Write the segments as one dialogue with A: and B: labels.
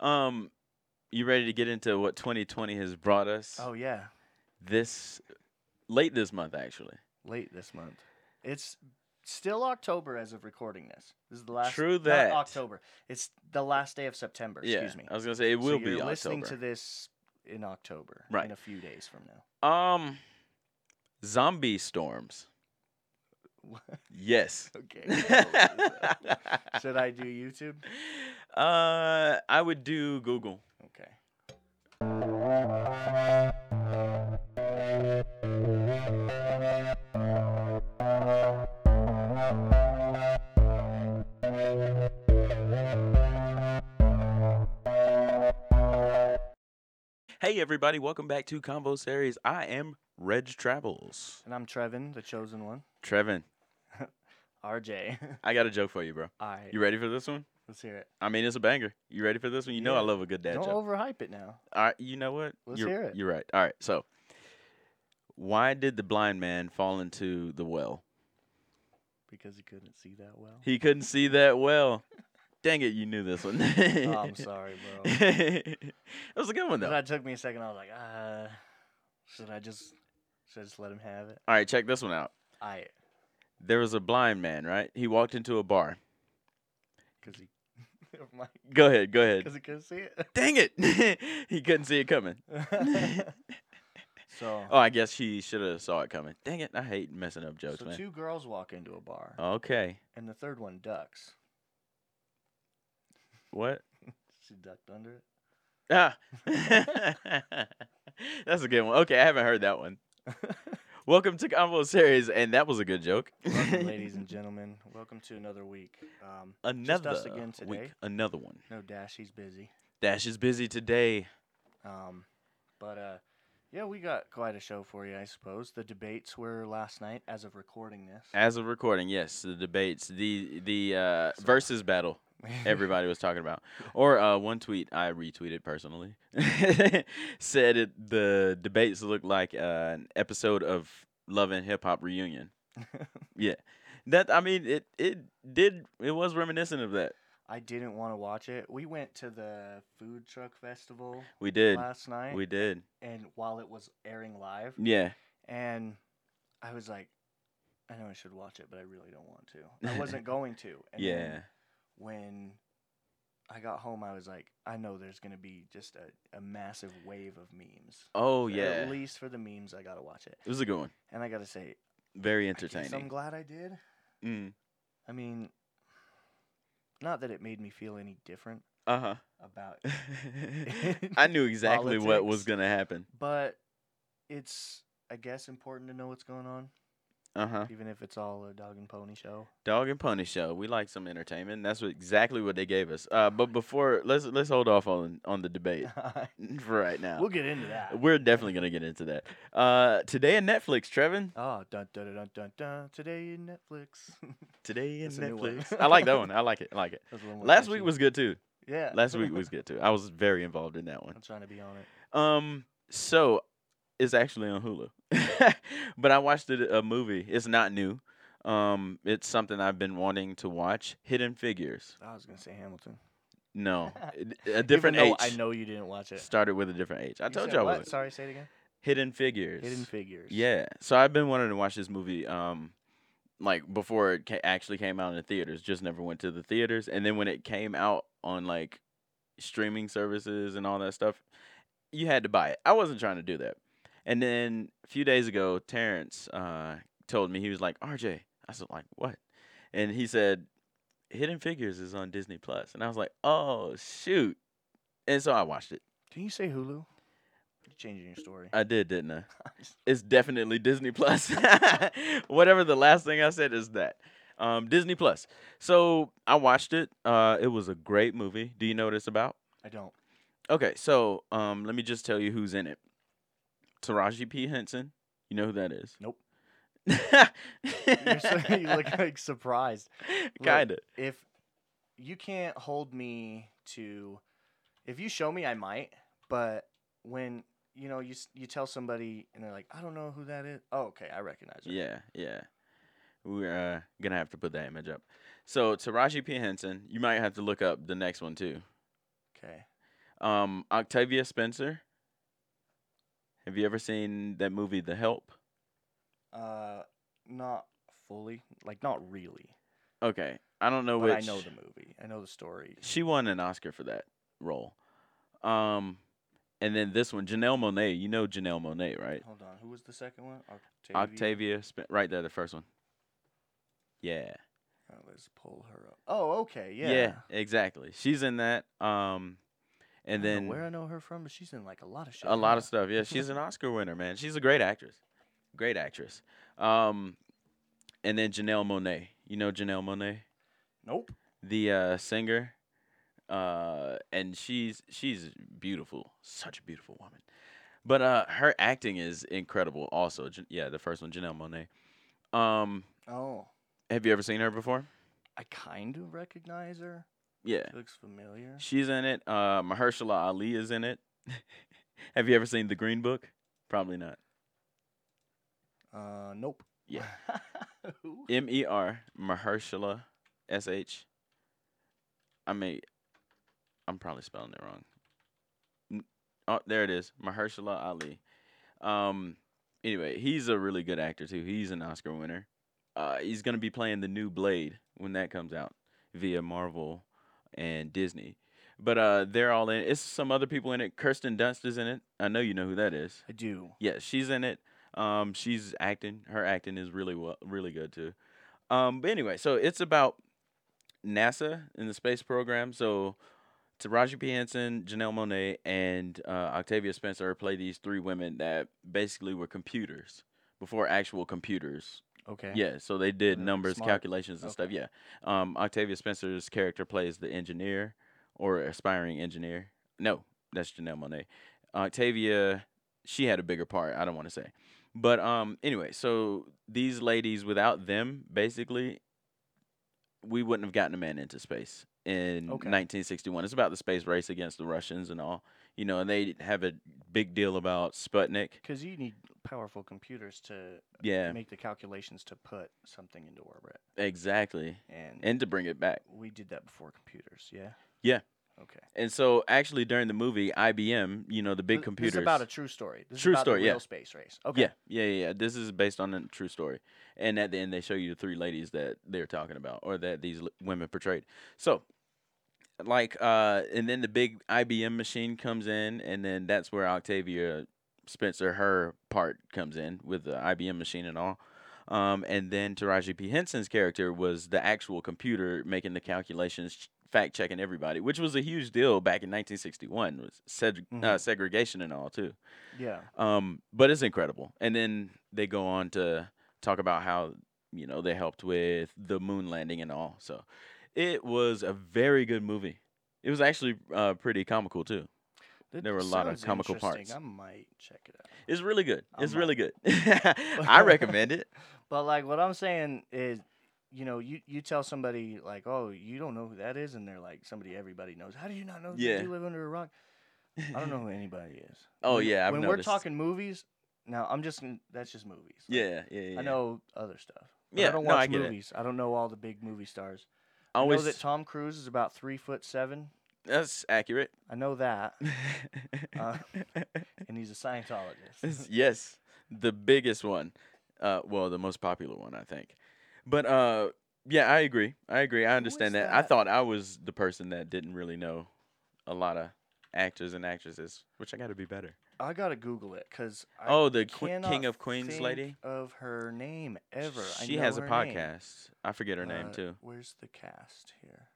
A: Um, you ready to get into what 2020 has brought us?
B: Oh yeah,
A: This late this month, actually.
B: late this month. It's still October as of recording this. This is the last.
A: True
B: not
A: that.
B: October. It's the last day of September.
A: yeah,
B: Excuse me.
A: I was gonna say it
B: So
A: will
B: you're
A: be
B: listening
A: October.
B: to this in October.
A: Right.
B: In a few days from now.
A: um, zombie storms. Yes.
B: okay. well,
A: uh,
B: Should I do YouTube?
A: I would do Google.
B: Okay.
A: Hey everybody, welcome back to Combo Series. I am Reg Travels.
B: And I'm Trevin, the chosen one.
A: Trevin,
B: RJ.
A: I got a joke for you, bro.
B: All right.
A: You ready for this one?
B: Let's hear it.
A: I mean, it's a banger. You ready for this one? You know
B: Yeah.
A: I love a good dad
B: Don't
A: joke.
B: overhype it now.
A: All right, you know what?
B: Let's
A: you're,
B: hear it.
A: You're right. All right, so why did the blind man fall into the well?
B: Because he couldn't see that well.
A: He couldn't see that well. Dang it, you knew this one.
B: Oh, I'm sorry, bro.
A: that was a good one though.
B: That took me a second. I was like, uh, should I just should I just let him have it?
A: All right, check this one out.
B: I
A: There was a blind man, right? He walked into a bar.
B: because he never mind
A: Go ahead, go ahead.
B: because he couldn't see
A: Dang it, he couldn't see it coming.
B: it. so
A: Oh, I guess she should have saw it coming. Dang it, I hate messing up jokes,
B: so
A: man. Oh.
B: two girls walk into a bar
A: Okay,
B: and the third one ducks.
A: what?
B: She ducked under it.
A: Ah, that's a good one. Okay, I haven't heard that one. Welcome to Combo Series, and that was a good joke.
B: Welcome, ladies and gentlemen. Welcome to another week. Um,
A: another
B: again today.
A: week, another one.
B: no dash, he's busy.
A: Dash is busy today.
B: Um, but uh, yeah, we got quite a show for you, I suppose. The debates were last night, as of recording this.
A: As of recording, yes, the debates, the the uh,
B: So-
A: versus battle everybody was talking about. Or uh, one tweet I retweeted personally said it, the debates look like uh, an episode of Love and Hip Hop reunion. yeah, that I mean it it did it was reminiscent of that.
B: I didn't want to watch it. We went to the food truck festival
A: We did,
B: last night,
A: we did,
B: and while it was airing live,
A: yeah.
B: and I was like, I know I should watch it, but I really don't want to. I wasn't going to. And then
A: yeah,
B: When I got home, I was like, I know there's gonna be just a, a massive wave of memes.
A: oh
B: So
A: yeah,
B: At least for the memes, I gotta watch it.
A: it was a good one.
B: And I gotta say,
A: Very
B: I guess I'm
A: entertaining.
B: glad I did.
A: Mm.
B: I mean, not that it made me feel any different
A: Uh huh.
B: about
A: I knew exactly what was
B: Politics.
A: gonna happen.
B: but it's I guess important to know what's going on,
A: Uh huh.
B: even if it's all a dog and pony show.
A: Dog and Pony Show. We like some entertainment. and That's what, exactly what they gave us. Uh, but before, let's let's hold off on on the debate for right now.
B: we'll get into that.
A: We're definitely gonna get into that. Uh, today in Netflix, Trevin.
B: Oh, dun dun dun dun dun! Today in Netflix.
A: Today in
B: That's a new one.
A: Netflix. I like that one. I like it. I like it.
B: That was a little more
A: Last week
B: catchy.
A: was good too.
B: yeah.
A: Last week was good too. I was very involved in that one.
B: I'm trying to be on it.
A: Um, so it's actually on Hulu, but I watched it, a movie. It's not new. Um, it's something I've been wanting to watch. Hidden Figures.
B: I was gonna say Hamilton.
A: No, a- a
B: Even
A: different
B: though
A: H.
B: I know you didn't watch it.
A: started with a different H. I
B: You
A: told
B: said
A: y'all
B: what?
A: was
B: Sorry, say it again.
A: Hidden Figures.
B: Hidden Figures.
A: Yeah. So I've been wanting to watch this movie um like before it ca- actually came out in the theaters, just never went to the theaters and then when it came out on like streaming services and all that stuff, you had to buy it. I wasn't trying to do that. And then a few days ago, Terrence uh told me he was like, "RJ." I was like, "What?" And he said Hidden Figures is on Disney Plus. And I was like, "Oh, shoot." And so I watched it.
B: Can you say Hulu? You're changing your story.
A: I did, didn't I? It's definitely Disney Plus. Whatever the last thing I said is that. Um, Disney Plus. So I watched it. Uh, it was a great movie. Do you know what it's about?
B: I don't.
A: Okay, so um, let me just tell you who's in it. Taraji P. Henson. You know who that is?
B: Nope. You're so, you look
A: Kinda.
B: like surprised. if you can't hold me to if you show me i might but when you know you s- you tell somebody and they're like i don't know who that is oh okay i recognize her
A: Yeah, yeah. We're uh, gonna have to put that image up. So Taraji P. Henson. You might have to look up the next one too.
B: okay
A: Um, Octavia Spencer. Have you ever seen that movie, The Help?
B: Uh, not fully, like not really.
A: Okay, I don't know
B: but I
A: which-
B: know the movie. I know the story.
A: She won an Oscar for that role. Um, and then this one, Janelle Monet. You know Janelle Monet, right?
B: Hold on. Who was the second one? Octavia.
A: Octavia, Spen- right there, the first one. Yeah.
B: Uh, let's pull her up. Oh, okay. Yeah.
A: exactly. She's in that. Um, and
B: I don't
A: then
B: know where I know her from, but she's in like a lot of shit.
A: a lot
B: huh?
A: of stuff. Yeah, she's an Oscar winner, man. She's a great actress. Great actress. Um, and then Janelle Monet. You know Janelle Monet,
B: Nope.
A: the uh, singer. Uh, and she's she's beautiful, such a beautiful woman. But uh, her acting is incredible. Also, Jan- yeah, the first one, Janelle Monet. Um,
B: Oh,
A: have you ever seen her before?
B: I kind of recognize her.
A: Yeah,
B: She looks familiar.
A: she's in it. Uh, Mahershala Ali is in it. have you ever seen The Green Book? Probably not.
B: Uh, nope.
A: Yeah.
B: Who?
A: M E R Mahershala S H. I mean, I'm probably spelling it wrong. N- Oh, there it is, Mahershala Ali. Um, anyway, he's a really good actor too. He's an Oscar winner. Uh, he's gonna be playing the new Blade when that comes out via Marvel and Disney. But uh, they're all in. It's some other people in it. Kirsten Dunst is in it. I know you know who that is.
B: I do.
A: Yeah, she's in it. Um, she's acting. Her acting is really well, really good too. Um, but anyway, so it's about NASA and the space program. So Taraji P. Henson, Janelle Monet, and uh, Octavia Spencer play these three women that basically were computers before actual computers.
B: Okay.
A: Yeah, so they did
B: Really
A: numbers,
B: smart.
A: calculations, and stuff. Yeah,
B: Okay.
A: um, Octavia Spencer's character plays the engineer or aspiring engineer. No, that's Janelle Monet. Octavia, she had a bigger part. I don't want to say, but um, anyway, so these ladies, without them, basically, we wouldn't have gotten a man into space in
B: Okay.
A: 1961. It's about the space race against the Russians and all. You know, and they have a big deal about Sputnik.
B: Because you need powerful computers to
A: Yeah,
B: make the calculations to put something into orbit,
A: exactly.
B: and,
A: And to bring it back.
B: we did that before computers. Yeah.
A: Yeah.
B: Okay.
A: And so, actually, during the movie, IBM, you know, the big
B: Th-
A: computers.
B: This is about a true story. This
A: True
B: is about
A: story,
B: The
A: yeah.
B: real space race. Okay.
A: Yeah, yeah, yeah. yeah. This is based on a true story. And at the end, they show you the three ladies that they're talking about or that these l- women portrayed. So, like, uh, and then the big IBM machine comes in, and then that's where Octavia Spencer, her part comes in with the IBM machine and all. Um, and then Taraji P. Henson's character was the actual computer making the calculations, ch- fact checking everybody, which was a huge deal back in 1961, was seg- uh,
B: Mhm.
A: segregation and all, too.
B: Yeah.
A: Um, but it's incredible. And then they go on to talk about how you know they helped with the moon landing and all. So it was a very good movie. It was actually uh, pretty comical too.
B: That
A: There were a lot of
B: sounds
A: comical
B: interesting.
A: parts.
B: I might check it out.
A: It's really good.
B: I
A: It's
B: might-
A: really good. I recommend it.
B: But like what I'm saying is, you know, you you tell somebody like, oh, you don't know who that is, and they're like, somebody everybody knows. How do you not know?
A: Yeah.
B: Yeah. You live under a rock. I don't know who anybody is.
A: Oh
B: When-
A: yeah, I've
B: when
A: noticed.
B: we're talking movies, now I'm just gonna- that's just movies. Like,
A: yeah, yeah, yeah.
B: I know other stuff. but
A: Yeah,
B: I don't
A: no,
B: watch
A: I get it.
B: movies. I don't know all the big movie stars.
A: I
B: I know
A: Always.
B: that Tom Cruise is about three foot seven.
A: that's accurate.
B: I know that, Uh, and he's a Scientologist.
A: yes, the biggest one. Uh, well, the most popular one, I think. But uh, yeah, I agree. I agree. I understand
B: is
A: that. I
B: that?
A: thought I was the person that didn't really know a lot of actors and actresses, which I got to be better.
B: I gotta Google it because
A: oh, the que-
B: cannot
A: King of Queens
B: think
A: lady.
B: of her name ever. I
A: She
B: know
A: has a
B: her name.
A: podcast. I forget her name
B: Uh,
A: too.
B: Where's the cast here?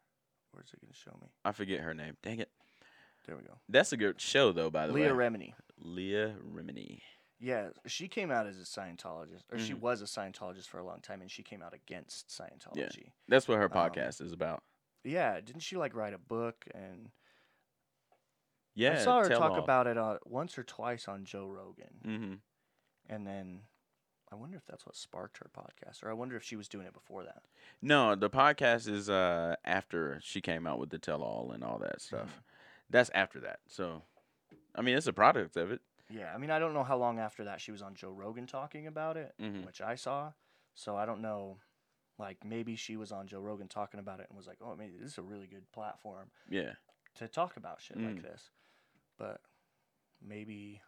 B: Where's it gonna show me?
A: I forget her name. Dang it.
B: There we go.
A: That's a good show though. By the
B: Leah
A: way,
B: Remini.
A: Leah Remini.
B: Yeah, she came out as a Scientologist, or she
A: Mhm.
B: was a Scientologist for a long time, and she came out against Scientology.
A: That's what her
B: Um,
A: podcast is about.
B: Yeah, didn't she like write a book? And
A: Yeah,
B: I saw her
A: tell
B: talk
A: all.
B: about it uh, once or twice on Joe Rogan,
A: Mhm.
B: and then I wonder if that's what sparked her podcast, or I wonder if she was doing it before that.
A: No, the podcast is uh after she came out with the tell all and all
B: Mm-hmm.
A: that stuff. That's after that. So I mean it's a product of it.
B: Yeah, I mean, I don't know how long after that she was on Joe Rogan talking about it,
A: Mhm.
B: which I saw. So I don't know. Like maybe she was on Joe Rogan talking about it and was like, "Oh, maybe this is a really good platform
A: Yeah.
B: to talk about shit
A: Mm.
B: like this." but maybe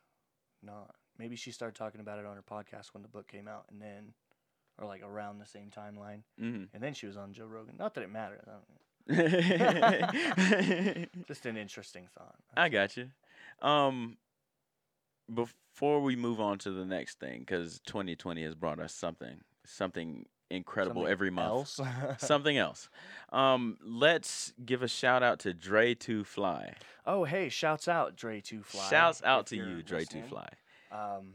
B: not. Maybe she started talking about it on her podcast when the book came out, and then, or like around the same timeline,
A: Mm-hmm.
B: and then she was on Joe Rogan. Not that it mattered. I don't- Just an interesting thought.
A: I got you. Um, before we move on to the next thing, because 2020 has brought us something, something incredible
B: Something
A: every month.
B: Else?
A: Something else. Um, let's give a shout out to Dre to Fly.
B: oh, hey, shouts out Dre Two Fly.
A: Shouts out
B: if
A: to
B: you're
A: you, Dre to
B: listening.
A: Fly.
B: Um,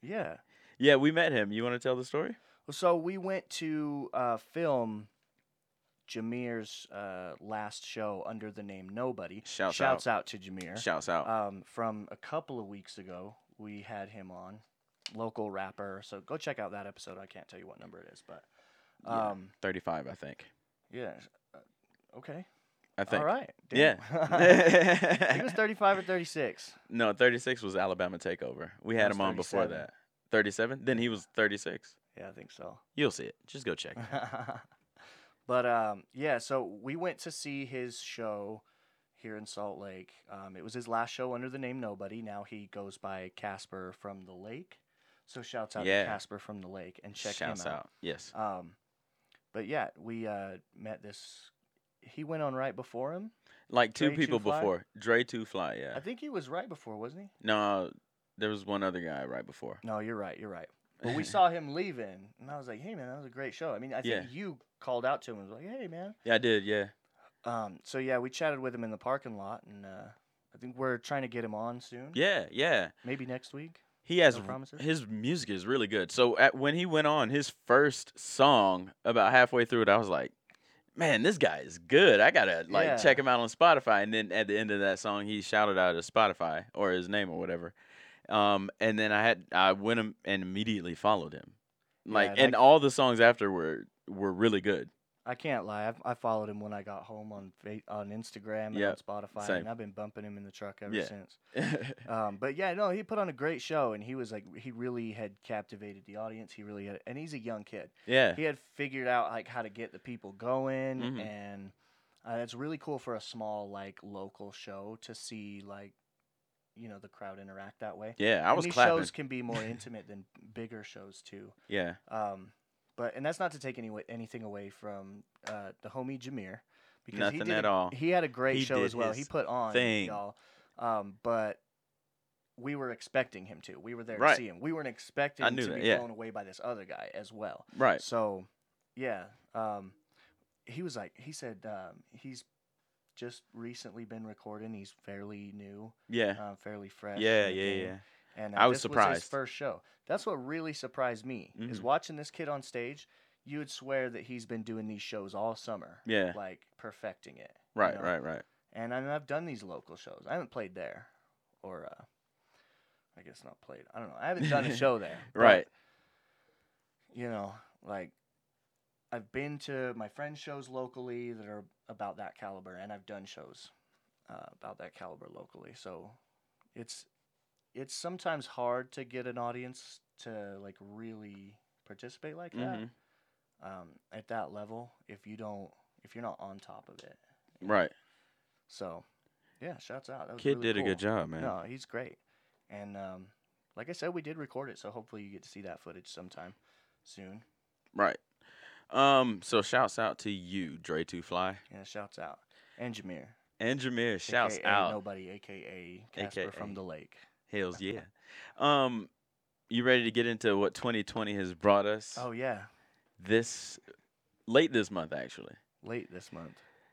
B: yeah.
A: yeah, we met him. You want to tell the story?
B: So we went to uh, film Jameer's uh, last show under the name Nobody.
A: Shouts
B: Shouts out, to Jameer.
A: Shouts out.
B: um, from a couple of weeks ago, we had him on, local rapper. So go check out that episode. I can't tell you what number it is, but
A: Yeah.
B: um,
A: 35, I think.
B: yeah. uh, Okay.
A: I think.
B: All right. damn.
A: Yeah.
B: he was 35 or 36.
A: No, 36 was Alabama takeover. We had
B: was
A: him on before
B: 37.
A: that. 37? Then he was 36.
B: Yeah, I think so.
A: You'll see it. Just go check.
B: but um, yeah, so we went to see his show here in Salt Lake. Um, it was his last show under the name Nobody. Now he goes by Casper from the Lake. So shouts out
A: Yeah.
B: to Casper from the Lake and check
A: Shouts
B: him out.
A: out. Yes.
B: Um, but yeah, we uh, met this. He went on right before him.
A: Like two
B: Dre
A: people
B: Two Fly?
A: before. Dre Two Fly, yeah.
B: I think he was right before, wasn't he?
A: no, there was one other guy right before.
B: No, you're right. You're right. But we saw him leaving, and I was like, "Hey, man, that was a great show." I mean, I think
A: Yeah.
B: you called out to him and was like, "Hey, man."
A: Yeah, I did, yeah.
B: Um, so yeah, we chatted with him in the parking lot, and uh, I think we're trying to get him on soon.
A: Yeah, yeah.
B: Maybe next week.
A: He has
B: No promises?
A: his music is really good. So at, when he went on his first song about halfway through it, I was like, "Man, this guy is good. I gotta like
B: Yeah.
A: check him out on Spotify." And then at the end of that song, he shouted out his Spotify or his name or whatever. Um, and then I had I went im- and immediately followed him, like
B: and I
A: and
B: c-
A: all the songs after were were really good.
B: I can't lie. I've, I followed him when I got home on Fa- on Instagram and
A: Yeah,
B: on Spotify,
A: same.
B: and I've been bumping him in the truck ever
A: Yeah.
B: since. Um, but yeah, no, he put on a great show, and he was like, he really had captivated the audience. He really had, and he's a young kid.
A: yeah,
B: He had figured out like how to get the people going,
A: Mhm.
B: and uh, it's really cool for a small like local show to see like, you know, the crowd interact that way.
A: yeah, I
B: And
A: was
B: these
A: clapping.
B: shows can be more intimate than bigger shows too.
A: Yeah,
B: Um, but and that's not to take any wa- anything away from uh, the homie Jameer because
A: Nothing
B: he did
A: at
B: a-
A: all.
B: He had a great
A: He
B: show
A: did
B: as well. He
A: his
B: put on
A: thing.
B: y'all, um, but we were expecting him to. We were there
A: Right.
B: to see him. We weren't expecting
A: knew
B: to
A: that,
B: be
A: yeah.
B: blown away by this other guy as well.
A: right.
B: So, yeah, um, he was like he said um, he's just recently been recording. He's fairly new,
A: Yeah,
B: um, fairly fresh. in
A: yeah, yeah,
B: the game.
A: yeah.
B: And uh,
A: I was
B: this his
A: surprised.
B: first show. That's what really surprised me is
A: Mhm.
B: watching this kid on stage. You would swear that he's been doing these shows all summer,
A: Yeah,
B: like perfecting it. you
A: right,
B: know?
A: right, right.
B: And I mean, I've done these local shows. I haven't played there, or uh, I guess not played. I don't know. I haven't done a show there. but,
A: Right.
B: You know, like I've been to my friends' shows locally that are about that caliber, and I've done shows uh, about that caliber locally. So it's it's sometimes hard to get an audience to like really participate like that
A: Mhm.
B: um, at that level if you don't if you're not on top of it.
A: Right.
B: So yeah, shouts out. That was
A: Kid
B: really
A: did a
B: cool.
A: good job, man.
B: No, he's great. And um, like I said, we did record it, so hopefully you get to see that footage sometime soon.
A: Right. Um. So shouts out to you, Dre Two Fly,
B: Yeah, shouts out. And Jameer.
A: and Jameer. Shouts
B: AKA
A: out.
B: Nobody, aka Casper
A: AKA.
B: from the Lake.
A: Hells yeah. Um. You ready to get into what 2020 has brought us?
B: Oh yeah,
A: This late this month, actually.
B: late this month.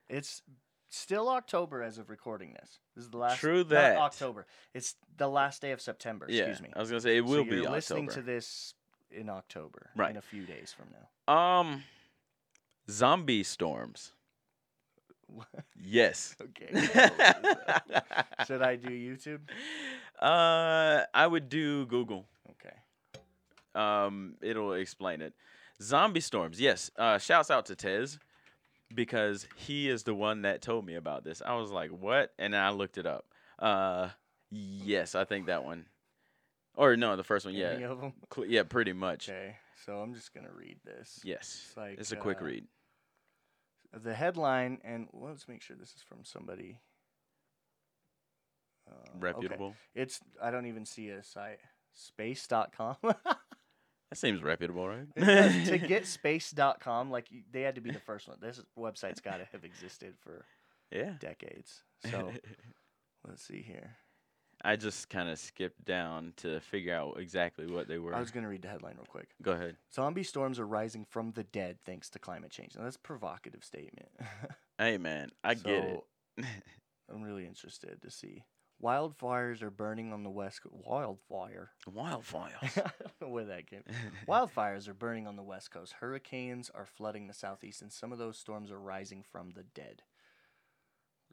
B: It's still October as of recording this. This is the last.
A: True
B: not
A: that.
B: October. It's the last day of September. Excuse
A: yeah.
B: me.
A: I was gonna say it will
B: so
A: be
B: you're listening
A: October.
B: to this in October.
A: Right.
B: In a few days from now.
A: um. Zombie storms. Yes.
B: okay. Should I do YouTube?
A: uh, I would do Google.
B: Okay.
A: um, it'll explain it. Zombie storms, yes. Uh, shouts out to Tez because he is the one that told me about this. I was like, "What?" and I looked it up. Uh, yes, I think that one, or no, the first one.
B: Any
A: Yeah,
B: of 'em?
A: Cl- yeah, pretty much.
B: Okay. So I'm just gonna read this.
A: Yes,
B: It's like,
A: it's a quick
B: uh,
A: read.
B: The headline, and let's make sure this is from somebody. Um,
A: reputable.
B: It's I don't even see a site. Space.com.
A: That seems reputable, right?
B: to get space.com, like y- they had to be the first one. This website's got to have existed for
A: yeah.
B: decades. So let's see here.
A: I just kind of skipped down to figure out exactly what they were.
B: I was going to read the headline real quick.
A: Go ahead.
B: Zombie storms are rising from the dead thanks to climate change. Now that's a provocative statement.
A: Hey man, I get it.
B: So, I'm really interested to see. Wildfires are burning on the west. Co- Wildfire. I
A: Wildfires.
B: don't know where that came. Wildfires are burning on the west coast. Hurricanes are flooding the southeast, and some of those storms are rising from the dead.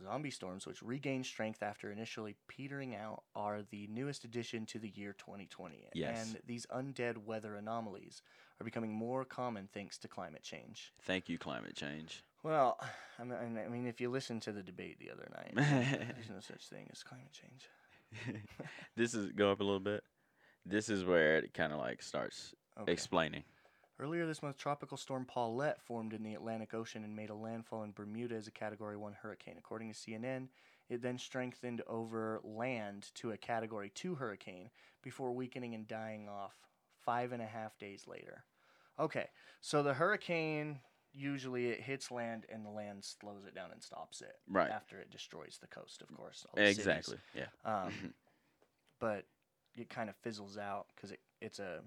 B: Zombie storms, which regain strength after initially petering out, are the newest addition to the year 2020.
A: Yes.
B: And these undead weather anomalies are becoming more common thanks to climate change.
A: Thank you, climate change.
B: Well, I mean, I mean if you listen to the debate the other night, there's no such thing as climate change.
A: this is go up a little bit. This is where it kind of like starts
B: Okay.
A: explaining.
B: Earlier this month, Tropical Storm Paulette formed in the Atlantic Ocean and made a landfall in Bermuda as a Category 1 hurricane. According to CNN, it then strengthened over land to a Category 2 hurricane before weakening and dying off five and a half days later. Okay, so the hurricane usually it hits land and the land slows it down and stops it
A: Right.
B: after it destroys the coast, of course. all the cities.
A: Exactly. Mm-hmm. Yeah.
B: Um, but it kind of fizzles out because it, it's a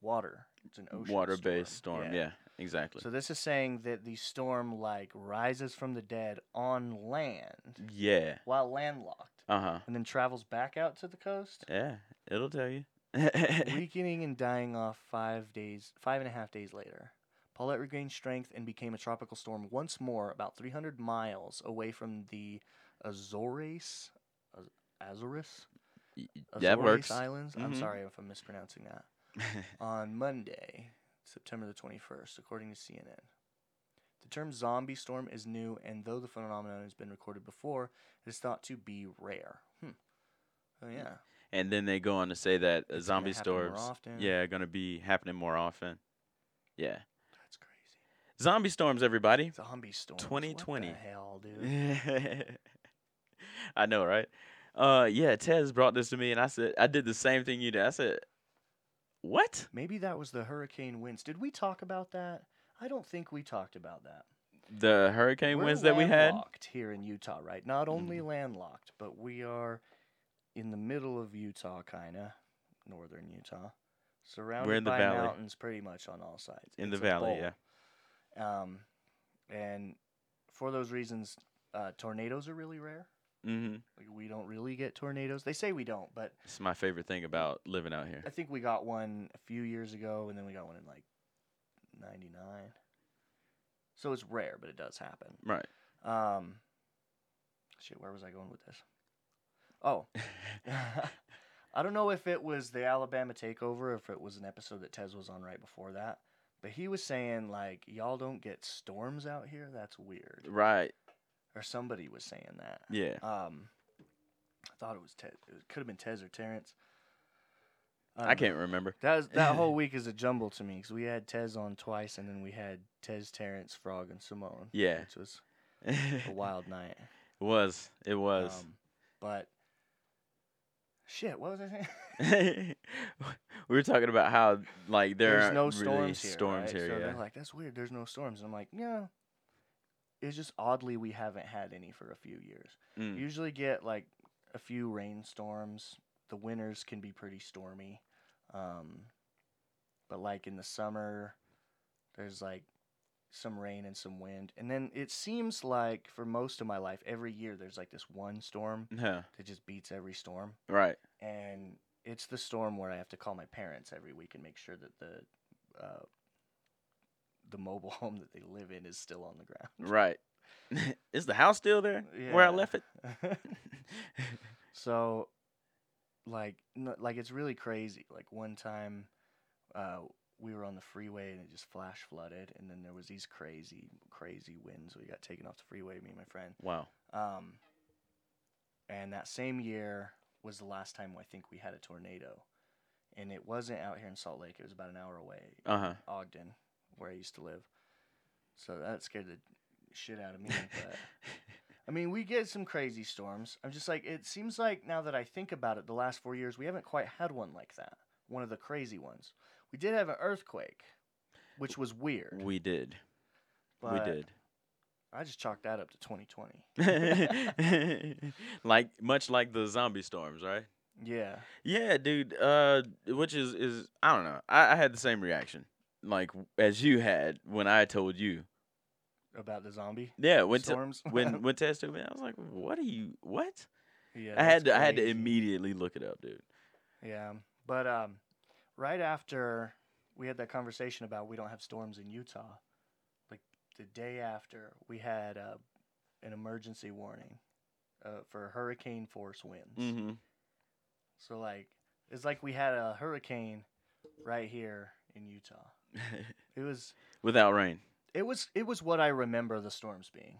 B: water. It's an ocean
A: Water based storm.
B: storm.
A: Yeah. exactly.
B: So this is saying that the storm like rises from the dead on land
A: yeah.
B: while landlocked,
A: Uh huh.
B: and then travels back out to the coast,
A: Yeah. It'll tell you.
B: weakening and dying off five days, five and a half days later. Paulette regained strength and became a tropical storm once more, about 300 miles away from the Azores. Az- Azores?
A: Y- y-
B: Azores
A: that works.
B: Islands. I'm
A: Mhm.
B: sorry if I'm mispronouncing that. on Monday, September the 21st, according to CNN. The term zombie storm is new, and though the phenomenon has been recorded before, it is thought to be rare. Hmm. Oh, yeah.
A: and then they go on to say that uh,
B: It's gonna
A: zombie
B: happen more
A: storms.
B: often.
A: Yeah, gonna be happening more often. Yeah.
B: That's crazy.
A: Zombie storms, everybody.
B: Zombie storm.
A: 2020.
B: What the hell, dude?
A: I know, right? Uh, yeah. Tez brought this to me, and I said I did the same thing you did. I said, "What?
B: Maybe that was the hurricane winds. Did we talk about that? I don't think we talked about that.
A: The hurricane
B: We're
A: winds that we had? Mm-hmm.
B: landlocked here in Utah, right? Not only landlocked, but we are in the middle of Utah, kinda northern Utah, surrounded
A: the
B: by
A: valley.
B: mountains, pretty much on all sides.
A: In
B: It's
A: the
B: a
A: valley,
B: bowl. Um, and for those reasons, uh, tornadoes are really rare.
A: yeah. Mm-hmm.
B: Like we don't really get tornadoes. They say we don't, but
A: It's my favorite thing about living out here.
B: I think we got one a few years ago, and then we got one in like '99. So it's rare, but it does happen.
A: Right.
B: Um, shit, where was I going with this? Oh, I don't know if it was the Alabama takeover, if it was an episode that Tez was on right before that, but he was saying like y'all don't get storms out here. That's weird.
A: right.
B: Or somebody was saying that.
A: Yeah.
B: Um, I thought it was Tez. It could have been Tez or Terrence.
A: I
B: don't know.
A: can't remember.
B: That was, that whole week is a jumble to me because we had Tez on twice, and then we had Tez, Terrence, Frog, and Simone.
A: Yeah.
B: which was a
A: it
B: wild night.
A: was. It was.
B: Um, but shit, what was I saying?
A: we were talking about how like there
B: There's
A: aren't
B: no
A: really
B: storms here.
A: storms
B: right?
A: here,
B: So
A: yeah.
B: they're like, that's weird. There's no storms. And I'm like, yeah. It's just oddly we haven't had any for a few years.
A: Mm.
B: Usually get like a few rainstorms. The winters can be pretty stormy. Um, but like in the summer, there's like some rain and some wind. And then it seems like for most of my life, every year there's like this one storm
A: Huh.
B: that just beats every storm.
A: Right.
B: and it's the storm where I have to call my parents every week and make sure that the uh, the mobile home that they live in is still on the ground.
A: Right. Is the house still there? Where I
B: Yeah.
A: left it?
B: So, like, n- like it's really crazy. Like one time, uh, we were on the freeway and it just flash flooded, and then there was these crazy, crazy winds. We got taken off the freeway, me and my friend.
A: wow.
B: Um, and that same year was the last time I think we had a tornado. And it wasn't out here in Salt Lake. It was about an hour away,
A: Uh huh.
B: Ogden, where I used to live. So that scared the shit out of me. But I mean, we get some crazy storms. I'm just like, it seems like now that I think about it, the last four years, we haven't quite had one like that. One of the crazy ones. We did have an earthquake, which was weird.
A: We did.
B: But
A: we did.
B: I just chalked that up to 2020.
A: like much like the zombie storms, right?
B: yeah.
A: Yeah, dude. Uh, which is is I don't know. I, I had the same reaction like as you had when I told you.
B: About the zombie
A: Yeah, when t-
B: storms.
A: when when Tess told me, I was like, "What are you? What?"
B: yeah,
A: I had to
B: that's
A: I had to
B: crazy.
A: immediately look it up, dude.
B: Yeah. But um, right after we had that conversation about we don't have storms in Utah, like the day after, we had uh, an emergency warning uh, for hurricane force winds.
A: Mm-hmm.
B: So, like, it's like we had a hurricane right here in Utah. It was.
A: Without rain,
B: It was it was what I remember the storms being,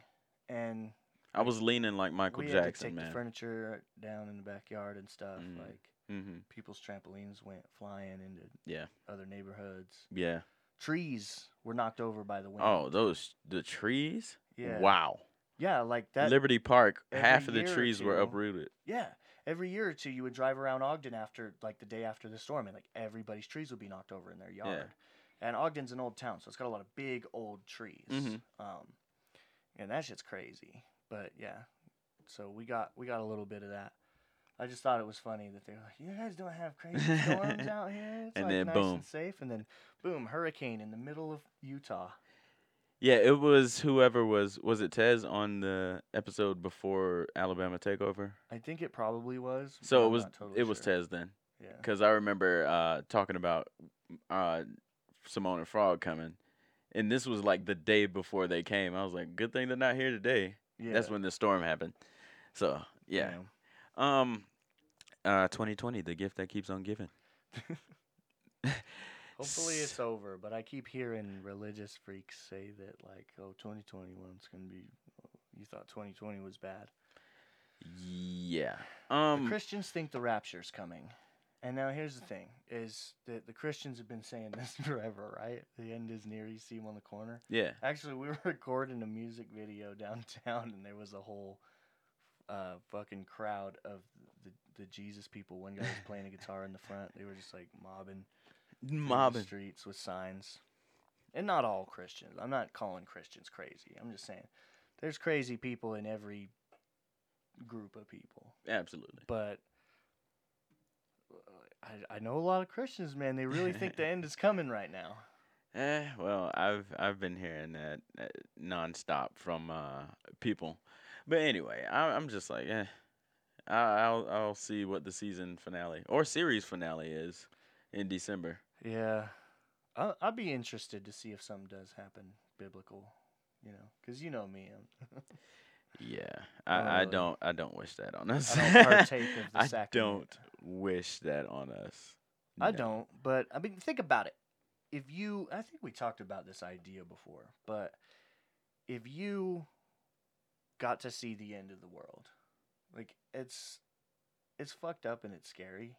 B: and
A: I was leaning like Michael
B: we had to
A: Jackson,
B: take the
A: man.
B: furniture down in the backyard and stuff.
A: Mhm.
B: Like
A: mm-hmm.
B: people's trampolines went flying into
A: Yeah.
B: other neighborhoods.
A: Yeah.
B: trees were knocked over by the wind.
A: Oh, those the trees.
B: yeah,
A: Wow.
B: yeah, like that.
A: Liberty Park,
B: every
A: half of the
B: year or
A: trees were
B: two-
A: uprooted.
B: yeah, every year or two, you would drive around Ogden after like the day after the storm, and like everybody's trees would be knocked over in their yard. And Ogden's an old town, so it's got a lot of big old trees.
A: Mhm.
B: Um, and that shit's crazy. But yeah, so we got we got a little bit of that. I just thought it was funny that they were like, "You guys don't have crazy storms out here. It's
A: And
B: like
A: then
B: nice
A: boom.
B: and safe." And then boom, hurricane in the middle of Utah.
A: Yeah, it was whoever was was it Tez on the episode before Alabama takeover.
B: I think it probably was. but
A: So it
B: I'm
A: was
B: not totally
A: it was
B: sure.
A: Tez then.
B: Yeah.
A: Because I remember uh, talking about uh, Simone and Frog coming, and this was like the day before they came. I was like, good thing they're not here today.
B: Yeah.
A: That's when the storm happened. So yeah. Um, uh, 2020, the gift that keeps on giving.
B: Hopefully it's over, but I keep hearing religious freaks say that like, oh, 2021's gonna be. oh, You thought 2020 was bad.
A: Yeah.
B: the
A: Um.
B: Christians think the rapture's coming, and now here's the thing: is that the Christians have been saying this forever, right? The end is near. You see him on the corner.
A: Yeah.
B: Actually, we were recording a music video downtown, and there was a whole uh, fucking crowd of the, the Jesus people. One guy was playing a guitar in the front. They were just like mobbing through the
A: Mobbing.
B: streets with signs. And not all Christians. I'm not calling Christians crazy. I'm just saying there's crazy people in every group of people.
A: Absolutely.
B: But uh, I, I know a lot of Christians, man. They really think the end is coming right now.
A: Eh, well, I've I've been hearing that uh, nonstop from uh, people, but anyway, I, I'm just like, eh, I, I'll I'll see what the season finale or series finale is in December.
B: Yeah. I, I'd be interested to see if something does happen biblical, you know, because you know me. I'm,
A: Yeah,
B: I
A: I,
B: don't
A: I
B: really-
A: don't I don't wish that on us.
B: Uh, I don't partake of the
A: I
B: sacrament.
A: don't wish that on us.
B: I
A: No.
B: don't, but I mean, think about it. If you, I think we talked about this idea before, but if you got to see the end of the world, like it's it's fucked up and it's scary,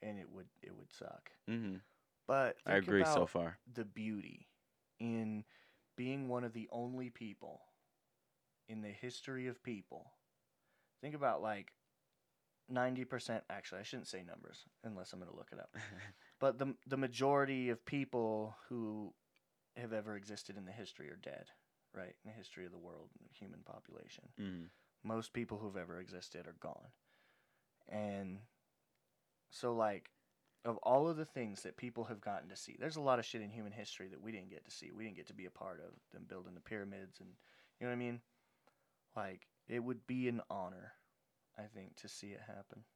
B: and it would it would suck.
A: Mhm.
B: But
A: I
B: think
A: agree so
B: about
A: far.
B: the beauty in being one of the only people in the history of people. Think about like ninety percent. Actually, I shouldn't say numbers unless I'm going to look it up but the the majority of people who have ever existed in the history are dead, right? In the history of the world, and the human population,
A: Mhm.
B: most people who've ever existed are gone, and so like of all of the things that people have gotten to see, there's a lot of shit in human history that we didn't get to see. We didn't get to be a part of them building the pyramids, and you know what I mean. Like it would be an honor, I think, to see it happen.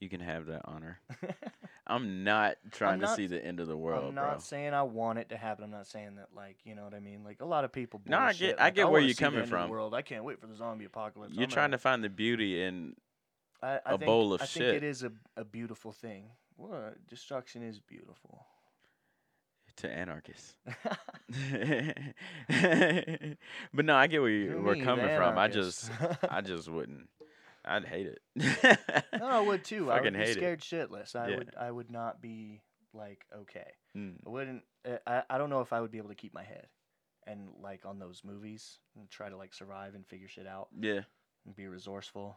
A: You can have that honor. I'm not trying to
B: not-
A: see the end of the world,
B: I'm not
A: bro.
B: saying I want it to happen. I'm not saying that, like, you know what I mean. Like a lot of people.
A: No, I
B: bullshit,
A: get- I
B: like,
A: get where
B: wanna
A: you're
B: see the
A: coming
B: end of the
A: from.
B: World, I can't wait for the zombie apocalypse.
A: You're
B: I'm
A: trying to
B: gonna-
A: find the beauty in
B: I-
A: a
B: I think-
A: bowl of
B: I
A: shit.
B: think it is a, a beautiful thing. Well, destruction is beautiful.
A: to anarchists. but no, I get where you where
B: Me,
A: coming
B: the
A: from. I
B: anarchist.
A: just I just wouldn't. I'd hate it.
B: no, I would too. I
A: fucking
B: would be
A: hate it.
B: scared shitless. I
A: Yeah.
B: would. I would not be like okay. eh,
A: Mm.
B: I wouldn't. I- I. I don't know if I would be able to keep my head. and like on those movies and try to like survive and figure shit out
A: Yeah,
B: and be resourceful.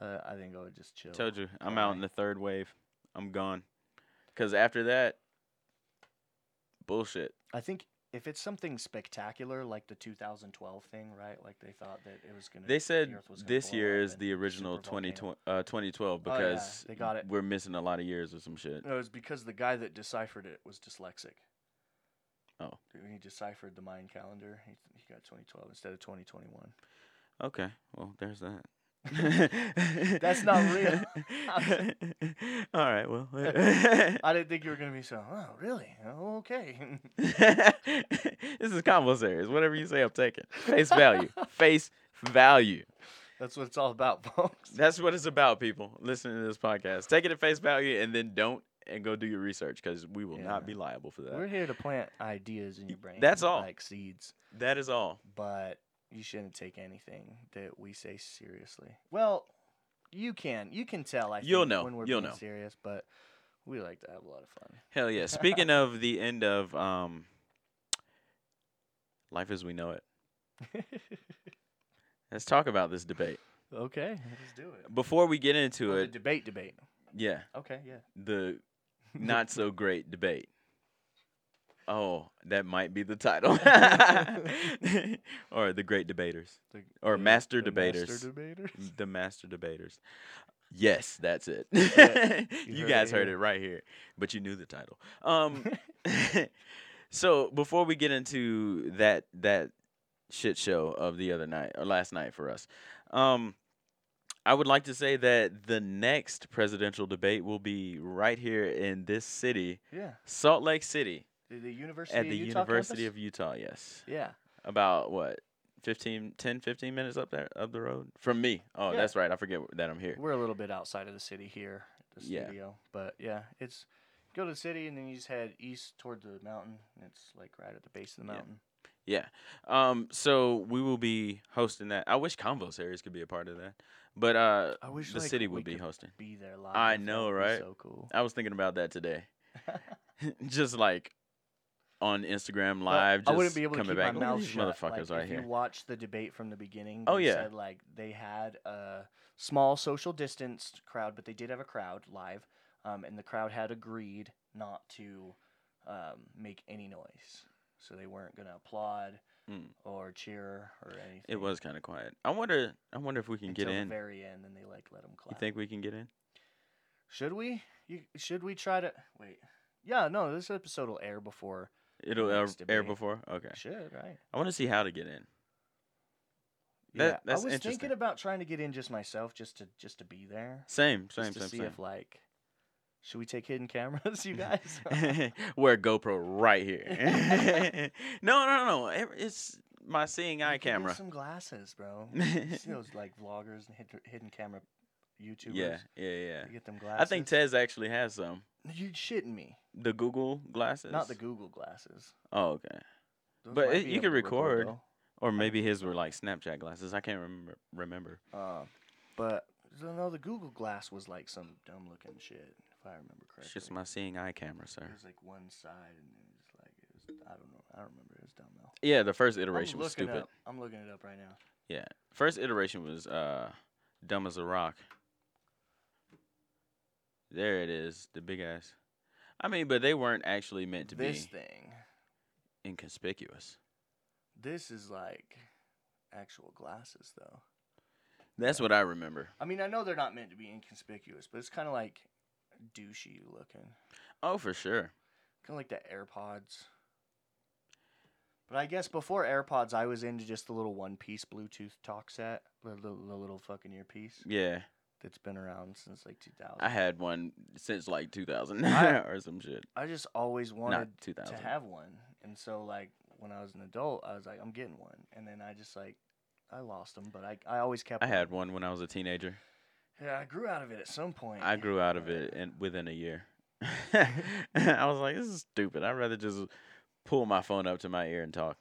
B: Uh, I think I would just chill.
A: told you, I'm out in the third wave. I'm gone. Cause after that, bullshit.
B: I think if it's something spectacular like the 2012 thing, right? Like they thought that it was gonna.
A: They
B: the
A: said
B: Earth was gonna
A: this
B: blow
A: year
B: up
A: is
B: and
A: the original
B: super volcano.
A: 2020, uh, 2012
B: Oh, yeah,
A: because
B: they got it.
A: we're missing a lot of years or some shit.
B: No, it was because the guy that deciphered it was dyslexic.
A: Oh.
B: When he deciphered the Mayan calendar, he, he got 2012 instead of 2021.
A: Okay, well, there's that.
B: That's not real.
A: All right, well.
B: I didn't think you were gonna be so. Oh, really? Oh, okay.
A: this is combo series. Whatever you say, I'm taking. Face value. Face value.
B: That's what it's all about, folks.
A: That's what it's about, people. Listening to this podcast. Take it at face value and then don't and go do your research because we will not
B: Yeah.
A: be liable for that.
B: We're here to plant ideas in your brain.
A: That's all.
B: Like seeds,
A: That is all.
B: but you shouldn't take anything that we say seriously. Well, you can. You can tell. I.
A: You'll
B: think,
A: know.
B: when we're
A: You'll
B: being
A: know.
B: serious, but we like to have a lot of fun.
A: Hell yeah. Speaking of the end of um Life as we know it. Let's talk about this debate.
B: okay, let's do it.
A: Before we get into
B: Oh, the
A: it,
B: debate, debate.
A: yeah,
B: Okay, yeah.
A: the not so great debate. Oh, that might be the title. or the great debaters.
B: The-
A: Or
B: the-
A: master
B: the
A: debaters.
B: Master debaters.
A: The master debaters. Yes, that's it.
B: you
A: you
B: heard it
A: guys heard
B: here.
A: it right here, but you knew the title. Um so before we get into that that shit show of the other night or last night for us. Um I would like to say that the next presidential debate will be right here in this city,
B: Yeah,
A: Salt Lake City,
B: the, the University
A: at
B: of
A: the
B: Utah
A: University of
B: campus?
A: Utah, yes.
B: Yeah,
A: About what? 15 10 15 minutes up there up the road from me. Oh,
B: Yeah.
A: that's right. I forget that I'm here.
B: we're a little bit outside of the city here at the
A: Yeah.
B: studio, but yeah, it's go to the city and then you just head east toward the mountain. And it's like right at the base of the
A: Yeah.
B: mountain.
A: Yeah. Um, so we will be hosting that. I wish Convo Series could be a part of that. But uh
B: I wish
A: the
B: like,
A: city
B: we
A: would be
B: could
A: hosting.
B: be there live.
A: I
B: That
A: know,
B: would be
A: right?
B: So cool.
A: I was thinking about that today. just like on Instagram live,
B: I
A: just
B: wouldn't be able to
A: coming
B: keep
A: back.
B: my
A: Look at
B: mouth
A: these
B: shut.
A: motherfuckers
B: like,
A: right
B: if
A: here.
B: you watch the debate from the beginning,
A: Oh,
B: they
A: yeah.
B: said like they had a small social distanced crowd, but they did have a crowd live, um, and the crowd had agreed not to um, make any noise, so they weren't gonna applaud
A: Mm.
B: or cheer or anything.
A: It was kind of quiet. I wonder. I wonder if we can
B: until
A: get
B: the
A: in.
B: very end, and they like let them
A: You
B: clap.
A: think we can get in?
B: Should we? You should we try to wait? Yeah, no, this episode will air before.
A: It'll air,
B: next
A: air
B: debate.
A: before. Okay.
B: Should right.
A: I want to see how to get in. That-
B: yeah,
A: that's
B: I was
A: interesting.
B: thinking about trying to get in just myself, just to just to be there,
A: Same,
B: just
A: same,
B: to
A: same,
B: see
A: same.
B: if like, should we take hidden cameras, you guys?
A: Wear a GoPro right here. no, no, no. ev- It's my seeing eye
B: You could get
A: camera.
B: Some glasses, bro. you see
A: yeah,
B: those like vloggers and hid- hidden camera YouTubers.
A: yeah, yeah.
B: You get them
A: I
B: glasses.
A: think Tez actually has some.
B: You're shitting me.
A: The Google glasses.
B: Not the Google glasses.
A: Oh, okay.
B: Those
A: But
B: might
A: it-
B: be
A: you
B: able
A: could
B: to
A: record.
B: though.
A: Or maybe his were like Snapchat glasses. I can't remember. Remember.
B: Uh, but no, no, the Google Glass was like some dumb looking shit, if I remember correctly.
A: It's just my seeing eye camera, sir.
B: It was like one side, and it was like it was. I don't know. I don't remember. It was dumb though.
A: Yeah, the first
B: I'm
A: iteration was
B: looking
A: stupid.
B: Up, I'm looking it up right now.
A: Yeah, first iteration was uh, dumb as a rock. There it is, the big ass. I mean, but they weren't actually meant to
B: this
A: be
B: thing,
A: inconspicuous.
B: this is like actual glasses though.
A: That's what I remember.
B: I mean, I know they're not meant to be inconspicuous, but it's kind of like douchey looking,
A: Oh, for sure.
B: kind of like the AirPods. But I guess before AirPods, I was into just the little one-piece Bluetooth talk set, the, the, the little fucking earpiece
A: Yeah,
B: that's been around since like 2000.
A: I had one since like 2000
B: I-
A: or some shit.
B: I just always
A: Not
B: wanted
A: 2000.
B: to have one. And so like when I was an adult, I was like, I'm getting one. And then I just like I lost them, but I I always kept.
A: I
B: one.
A: had one when I was a teenager.
B: Yeah, I grew out of it at some point.
A: I grew out of it in, within a year. I was like, this is stupid. I'd rather just pull my phone up to my ear and talk.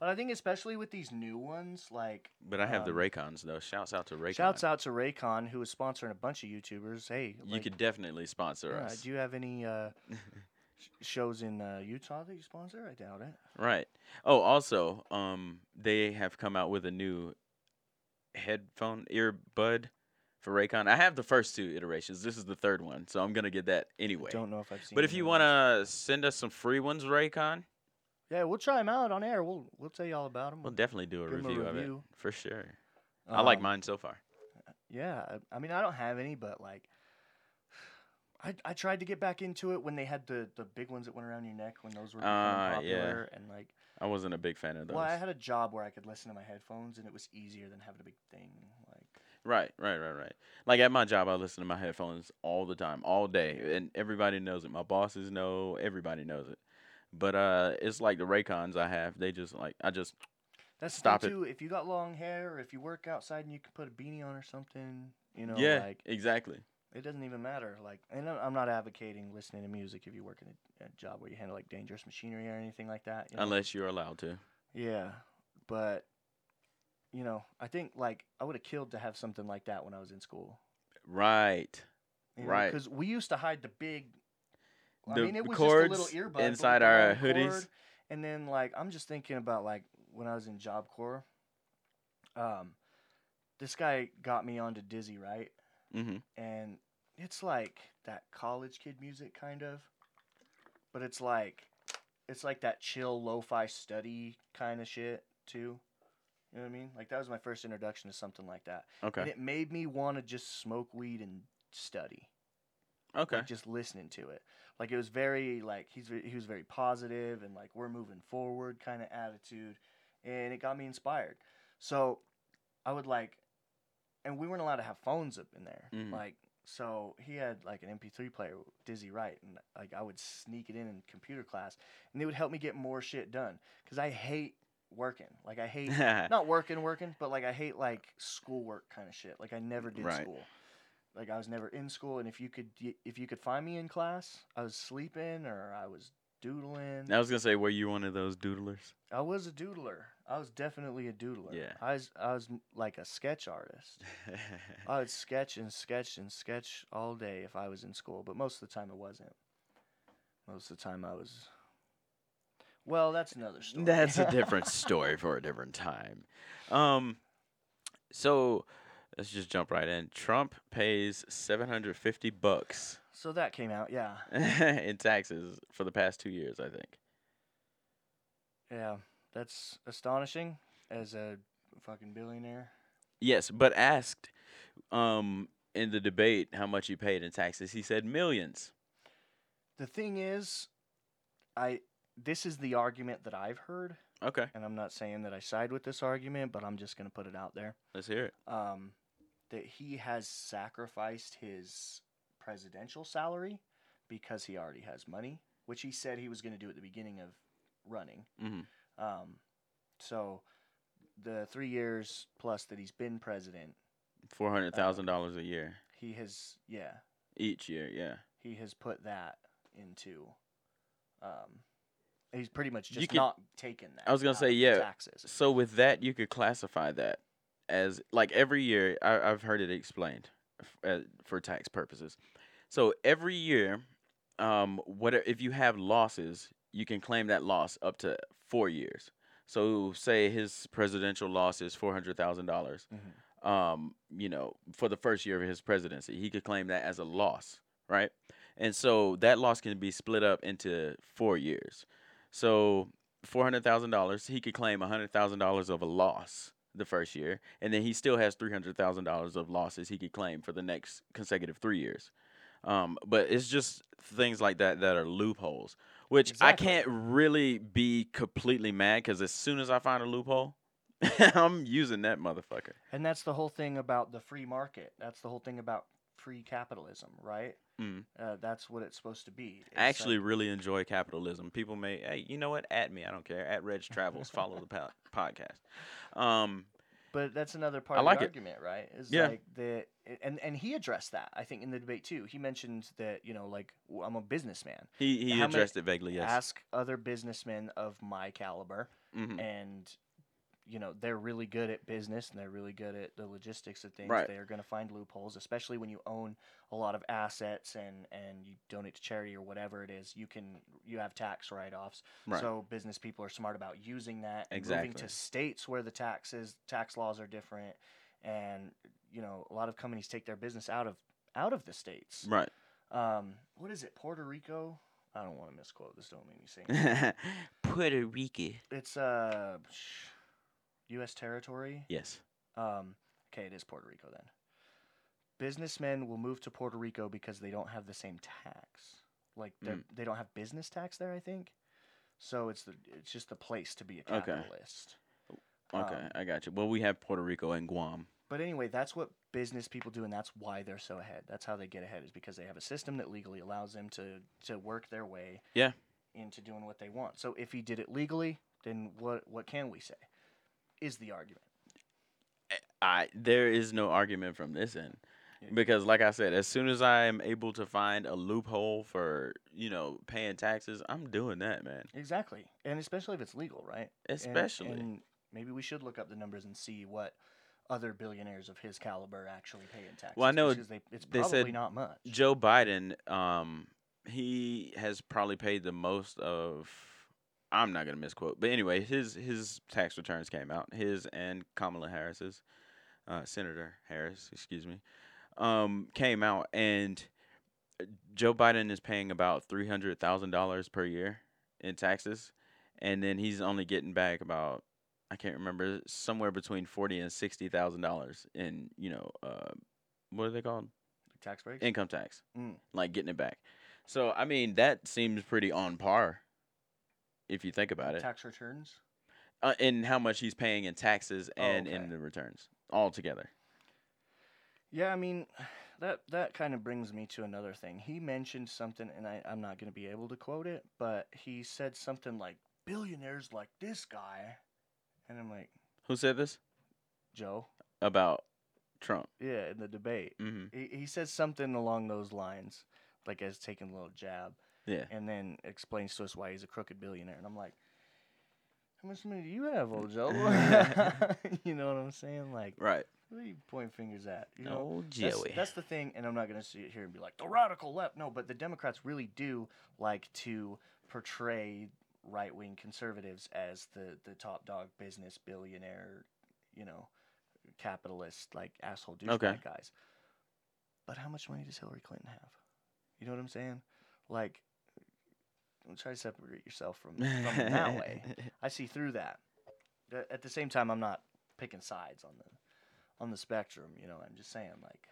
B: But I think especially with these new ones, like
A: But I have the
B: Um,
A: Raycons though. Shouts out to Raycon.
B: shouts out to Raycon who is sponsoring a bunch of YouTubers. Hey,
A: You
B: like,
A: could definitely sponsor
B: yeah,
A: us.
B: do you have any uh shows in uh, Utah that you sponsor? I doubt it.
A: Right. Oh, also, um, they have come out with a new headphone earbud for Raycon. I have the first two iterations. This is the third one, so I'm gonna get that anyway.
B: Don't know if I've seen.
A: But if you
B: anyone else.
A: wanna send us some free ones, Raycon,
B: yeah, we'll try them out on air. We'll we'll tell you all about them.
A: we'll definitely do a
B: Mm. Give 'em a
A: review, of it
B: review. Um,
A: for sure. I like mine so far.
B: Yeah, uh, I- I mean, I don't have any, but like, I I tried to get back into it when they had the the big ones that went around your neck when those were becoming
A: Ah, yeah.
B: popular, and like,
A: I wasn't a big fan of those.
B: well, I had a job where I could listen to my headphones, and it was easier than having a big thing. Like,
A: Right, right, right, right. Like at my job, I listen to my headphones all the time, all day, and everybody knows it. My bosses know, everybody knows it. But uh, it's like the Raycons I have. They just like I just
B: that's the
A: Stop
B: thing
A: it.
B: too. If you got long hair, or if you work outside and you can put a beanie on or something, you know,
A: yeah,
B: like
A: exactly.
B: it doesn't even matter. Like, and I'm I'm not advocating listening to music if you work in a, a job where you handle like dangerous machinery or anything like that. you know?
A: Unless you're allowed to.
B: Yeah, but you know, I think like I would have killed to have something like that when I was in school.
A: Right. Right.
B: Because we used to hide the big. I
A: The
B: mean, it was just
A: cords
B: a little earbud but with
A: inside
B: the
A: our
B: long
A: hoodies.
B: cord, and then like I'm just thinking about like when I was in Job Corps. Um, this guy got me onto Dizzy right,
A: Mm-hmm.
B: and it's like that college kid music kind of, but it's like, it's like that chill lo-fi study kind of shit too. You know what I mean? Like that was my first introduction to something like that, and
A: Okay.
B: it made me want to just smoke weed and study.
A: Okay.
B: Like just listening to it, like it was very like he's ve- he was very positive and like we're moving forward kind of attitude, and it got me inspired. So I would like, and we weren't allowed to have phones up in there.
A: Mhm.
B: Like so he had like an MP3 player, Dizzy Wright, and like I would sneak it in in computer class, and it would help me get more shit done because I hate working. Like I hate not working working but like i hate like schoolwork kind of shit like i never did
A: Right.
B: school like i was never in school and if you could if you could find me in class i was sleeping or i was doodling
A: I was gonna say, were you one of those doodlers?
B: i was a doodler i was definitely a doodler
A: Yeah.
B: i was i was like a sketch artist i would sketch and sketch and sketch all day if i was in school but most of the time it wasn't most of the time i was well that's another story
A: That's a different story for a different time. Um, so let's just jump right in. Trump pays seven hundred fifty bucks
B: so that came out yeah
A: in taxes for the past two years. I think.
B: Yeah, that's astonishing as a fucking billionaire.
A: Yes, but asked, um, in the debate how much he paid in taxes, he said millions.
B: The thing is, I this is the argument that I've heard,
A: Okay,
B: and I'm not saying that I side with this argument, but I'm just gonna put it out there.
A: let's hear it.
B: Um, that he has sacrificed his presidential salary because he already has money, which he said he was gonna do at the beginning of running.
A: Mm-hmm.
B: Um, so the three years plus that he's been president,
A: Four hundred thousand dollars a year
B: he has yeah,
A: each year. Yeah,
B: he has put that into. Um, he's pretty much
A: You
B: just
A: could-
B: not taken that.
A: I was gonna
B: out
A: say,
B: of
A: yeah.
B: taxes.
A: So with that, you could classify that as like every year. I, I've heard it explained f- uh, for tax purposes. So every year, um, what if you have losses? You can claim that loss up to four years. So say his presidential loss is four hundred thousand dollars.
B: Mhm.
A: Um, you know, for the first year of his presidency, he could claim that as a loss, right? And so that loss can be split up into four years. So four hundred thousand dollars, he could claim hundred thousand dollars of a loss the first year, and then he still has three hundred thousand dollars of losses he could claim for the next consecutive three years. Um, but it's just things like that that are loopholes, which
B: Exactly.
A: I can't really be completely mad because as soon as I find a loophole, I'm using that motherfucker.
B: And that's the whole thing about the free market. That's the whole thing about free capitalism, right?
A: Mm.
B: Uh, that's what it's supposed to be. It's
A: I actually
B: like-
A: really enjoy capitalism. People may, hey, you know what? At me, I don't care. At Reg Travels, follow the po- podcast. Um,
B: but that's another part
A: I
B: of
A: like
B: the
A: it.
B: argument, right? Is
A: Yeah.
B: like that, and and he addressed that I think in the debate too. He mentioned that you know, like w- I'm a businessman.
A: he he
B: How many-
A: addressed it vaguely. Yes. Mm-hmm.
B: Ask other businessmen of my caliber
A: Mhm.
B: and you know they're really good at business and they're really good at the logistics of things
A: Right.
B: they are going to find loopholes especially when you own a lot of assets and and you donate to charity or whatever it is you can you have tax write-offs
A: Right.
B: so business people are smart about using that and moving
A: Exactly.
B: to states where the taxes tax laws are different and you know a lot of companies take their business out of out of the states
A: right.
B: um, what is it puerto rico i don't want to misquote this don't make me sing
A: Puerto Rico.
B: it's uh sh- U.S. territory.
A: Yes.
B: Um, okay, it is Puerto Rico then. Businessmen will move to Puerto Rico because they don't have the same tax. Like they
A: Mm.
B: are they don't have business tax there, I think. So it's the it's just the place to be a
A: Okay.
B: capitalist.
A: Okay,
B: Um,
A: I got you. Well, we have Puerto Rico and Guam.
B: But anyway, that's what business people do, and that's why they're so ahead. That's how they get ahead is because they have a system that legally allows them to to work their way.
A: Yeah.
B: Into doing what they want. So if he did it legally, then what what can we say? Is the argument.
A: I there is no argument from this end
B: Yeah.
A: because like I said as soon as I am able to find a loophole for you know paying taxes I'm doing that man
B: Exactly, and especially if it's legal, right? And-
A: especially
B: and maybe we should look up the numbers and see what other billionaires of his caliber actually pay in taxes.
A: Well, I know
B: because they, it's
A: they said
B: probably not much.
A: Joe Biden um he has probably paid the most of I'm not going to misquote but anyway his his tax returns came out his and Kamala Harris's uh Senator Harris excuse me um came out and uh, Joe Biden is paying about three hundred thousand dollars per year in taxes, and then he's only getting back about I can't remember somewhere between forty and sixty thousand dollars in you know uh, what are they called
B: Tax breaks.
A: income tax,
B: Mm.
A: like getting it back. So I mean that seems pretty on par, if you think about it,
B: Tax returns.
A: uh, in how much he's paying in taxes
B: Oh,
A: and
B: okay.
A: in the returns all together.
B: Yeah, I mean, that that kind of brings me to another thing. He mentioned something, and I, I'm not going to be able to quote it, but he said something like billionaires like this guy, and I'm like,
A: Who said this
B: Joe,
A: about Trump?
B: yeah, in the debate,
A: hmm
B: he, he says something along those lines, like as taking a little jab.
A: Yeah.
B: and then explains to us why he's a crooked billionaire. And I'm like, how much money do you have, old Joe? you know what I'm saying? Like,
A: Right.
B: who do you point fingers at? You know,
A: Oh, Joey.
B: that's, that's the thing. And I'm not going to sit here and be like, the radical left. No, but the Democrats really do like to portray right wing conservatives as the, the top dog business billionaire, you know, capitalist, like asshole douchebag
A: Okay.
B: guys. But how much money does Hillary Clinton have? You know what I'm saying? Like, don't try to separate yourself from, from them that way. I see through that. A- At the same time, I'm not picking sides on the on the spectrum. You know, I'm just saying like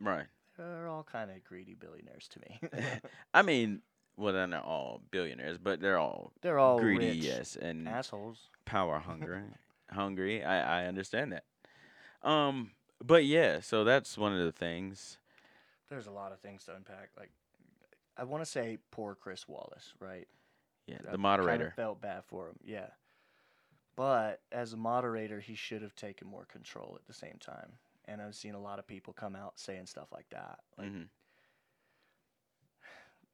A: Right.
B: they're all kind of greedy billionaires to me.
A: I mean, well, they're not all billionaires, but they're all
B: they're all
A: greedy,
B: Oh, rich
A: yes, Mm. and
B: assholes.
A: power hungry. hungry. I, I understand that. Um, but yeah, so that's one of the things.
B: There's a lot of things to unpack. Like, I want to say poor Chris Wallace, right?
A: Yeah,
B: I
A: the
B: Kind
A: moderator.
B: of felt bad for him. Yeah. But as a moderator, he should have taken more control at the same time. And I've seen a lot of people come out saying stuff like that. Like,
A: Mhm.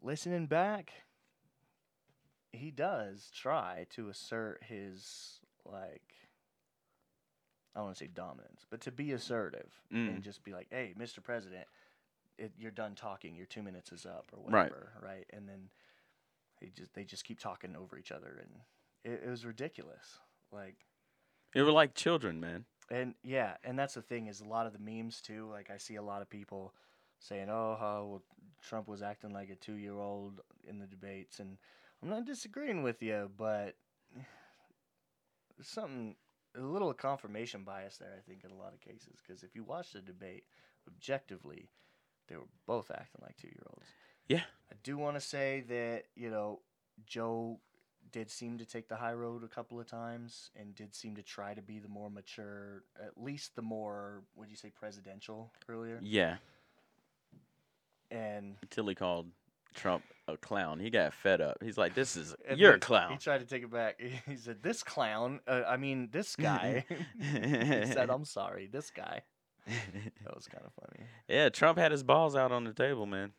B: listening back, he does try to assert his like I don't want to say dominance, but to be assertive and
A: Mm.
B: just be like, "Hey, Mr. President, it, you're done talking. Your two minutes is up, or
A: Right.
B: whatever." Right. And then they just they just keep talking over each other, and it, it was ridiculous. Like,
A: They were like children, man.
B: and yeah, and that's the thing is a lot of the memes too. Like I see a lot of people saying, "Oh, how well, Trump was acting like a two-year-old in the debates," and I'm not disagreeing with you, but there's something a little confirmation bias there. I think in a lot of cases, because if you watch the debate objectively, they were both acting like two-year-olds.
A: Yeah.
B: I do want to say that you know Joe did seem to take the high road a couple of times and did seem to try to be the more mature, at least the more, would you say, presidential earlier?
A: Yeah.
B: And
A: Until he called Trump a clown. He got fed up. He's like, "This is
B: and
A: you're a
B: look, He
A: clown."
B: tried to take it back. He said, "This clown, uh, I mean, this guy." he said, "I'm sorry, this guy." That was kind of funny.
A: yeah, Trump had his balls out on the table, man.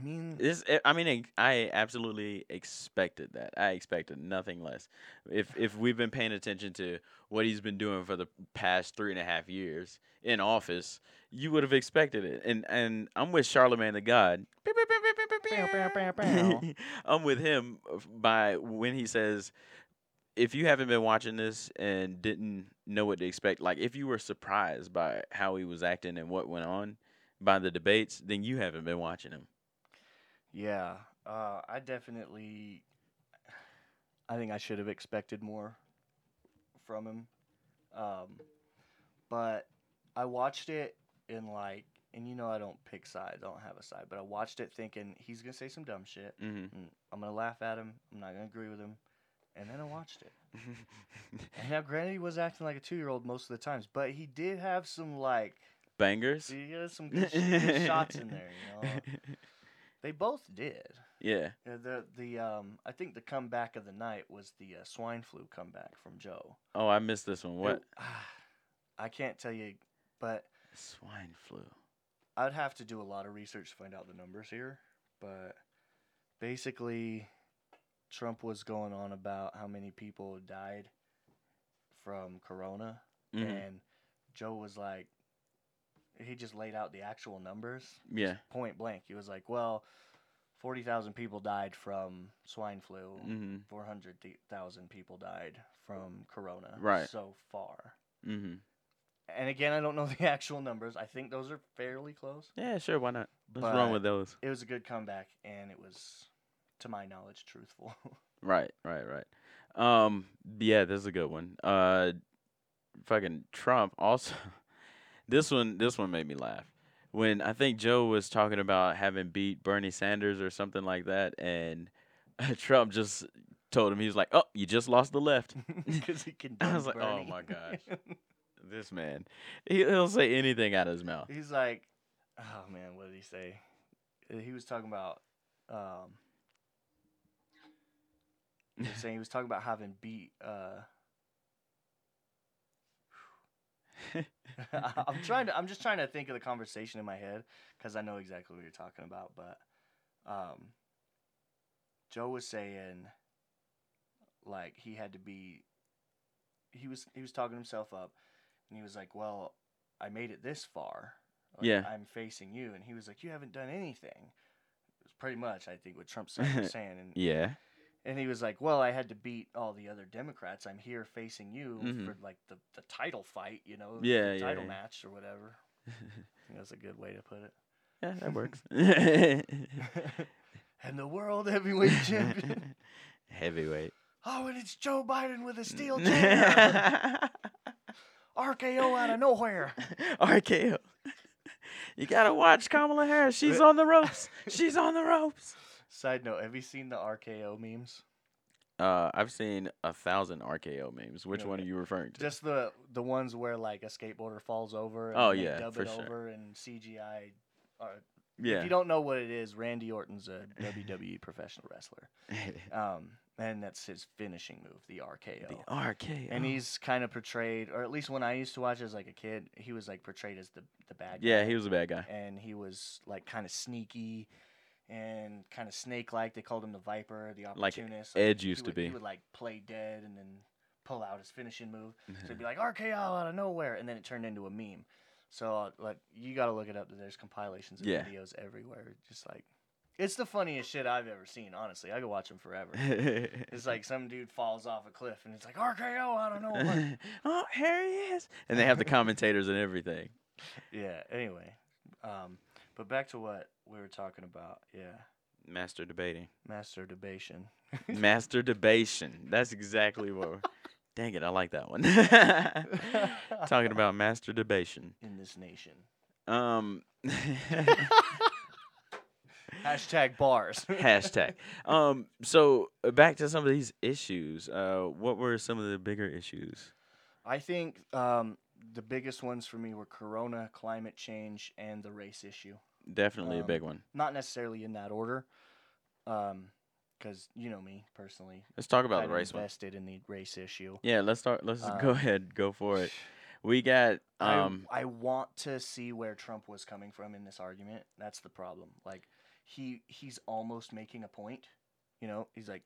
B: mean,
A: This, eh, I- I mean, ex- I absolutely expected that. I expected nothing less. If if we've been paying attention to what he's been doing for the past three and a half years in office, you would have expected it. And and I'm with Charlemagne the God. Beep, beep, beep, beep, beep,
B: Bow, bow, bow,
A: beep,
B: bow.
A: beep. I'm with him f- by when he says, if you haven't been watching this and didn't know what to expect, like if you were surprised by how he was acting and what went on by the debates, then you haven't been watching him.
B: yeah, uh, I definitely. I think I should have expected more from him, um, but I watched it in like, and you know I don't pick sides. I don't have a side, but I watched it thinking he's gonna say some dumb shit.
A: Mm-hmm.
B: and I'm gonna laugh at him. I'm not gonna agree with him. And then I watched it. And now, granted, he was acting like a two-year-old most of the times, but he did have some like,
A: Bangers.
B: he had some good, sh- good shots in there. You know, they both did.
A: yeah.
B: Uh, The the um, I think the comeback of the night was the uh, swine flu comeback from Joe.
A: Oh, I missed this one.
B: It-
A: What?
B: I can't tell you, but
A: Swine flu.
B: I'd have to do a lot of research to find out the numbers here, but basically, Trump was going on about how many people died from corona,
A: Mhm.
B: and Joe was like, he just laid out the actual numbers
A: Yeah.
B: point blank. He was like, well, 40,000 people died from swine flu,
A: Mm-hmm.
B: 400,000 people died from corona
A: Right.
B: so far.
A: Mm-hmm.
B: And again, I don't know the actual numbers. I think those are fairly close.
A: Yeah, sure. Why not? What's wrong
B: But-
A: with those?
B: it was a good comeback and it was to my knowledge truthful
A: Right, right, right. Um, yeah, this is a good one. Uh, fucking Trump also. this one, this one made me laugh. When I think Joe was talking about having beat Bernie Sanders or something like that, and Trump just told him he was like, "Oh, you just lost the left."
B: because he can
A: I was like, "Oh my gosh." This man, he, he'll say anything out of his mouth.
B: he's like oh man what did he say Uh, he was talking about um he was saying he was talking about having beat uh I'm trying to. I'm just trying to think of the conversation in my head because I know exactly what you're talking about. But um, Joe was saying, like he had to be. He was he was talking himself up, and he was like, "Well, I made it this far. Like,
A: Yeah.
B: I'm facing you." And he was like, "You haven't done anything." It was pretty much, I think, what Trump said- was saying. And
A: yeah.
B: and he was like, "Well, I had to beat all the other Democrats. I'm here facing you
A: Mhm.
B: for like the, the title fight, you know,
A: Yeah,
B: the
A: yeah,
B: title
A: yeah.
B: match or whatever." I think that's a good way to put
A: Yeah, that works.
B: it. and the world heavyweight champion.
A: Heavyweight.
B: Oh, and it's Joe Biden with a steel chair. RKO out of nowhere.
A: RKO. You gotta watch Kamala Harris. She's on the ropes. She's on the ropes.
B: Side note: Have you seen the RKO memes?
A: Uh, I've seen a thousand RKO memes. Which one are
B: Okay.
A: you referring to?
B: Just the the ones where like a skateboarder falls over. And
A: Oh,
B: they
A: yeah,
B: dub
A: for
B: it
A: sure.
B: over and CGI. Or, If
A: yeah.
B: you don't know what it is, Randy Orton's a WWE professional wrestler. Um, and that's his finishing move, the RKO.
A: the RKO.
B: and he's kind of portrayed, or at least when I used to watch as like a kid, he was like portrayed as the the bad guy.
A: yeah, he was a bad guy.
B: and he was like kind of sneaky and kind of snake like. They called him the Viper, the
A: Like
B: opportunist.
A: Edge
B: he
A: used to
B: would- He
A: be.
B: would like play dead and then pull out his finishing move. So he'd be like RKO out of nowhere, and then it turned into a meme. So uh, like you got to look it up. There's compilations of
A: Yeah.
B: videos everywhere. Just like it's the funniest shit I've ever seen. Honestly, I could watch them forever. It's like some dude falls off a cliff and it's like RKO out of nowhere.
A: oh, here he is. And they have the commentators and everything.
B: yeah. Anyway, um, but back to what we were talking about. Yeah,
A: Master debating.
B: master debation.
A: Master debation. That's exactly what we're. Dang it, I like that one. Talking about master debation.
B: in this nation.
A: Um,
B: Hashtag bars.
A: hashtag. Um, so uh, back to some of these issues. Uh, what were some of the bigger issues?
B: I think um, the biggest ones for me were Corona, climate change, and the race issue.
A: Definitely a
B: Um,
A: big one.
B: Not necessarily in that order, because you know me personally.
A: Let's talk about the
B: kinda
A: race one.
B: invested in the race issue.
A: Yeah, let's start. Let's go
B: Um,
A: ahead, go for it. We got um,
B: I, I want to see where Trump was coming from in this argument. That's the problem. Like he he's almost making a point. You know, he's like,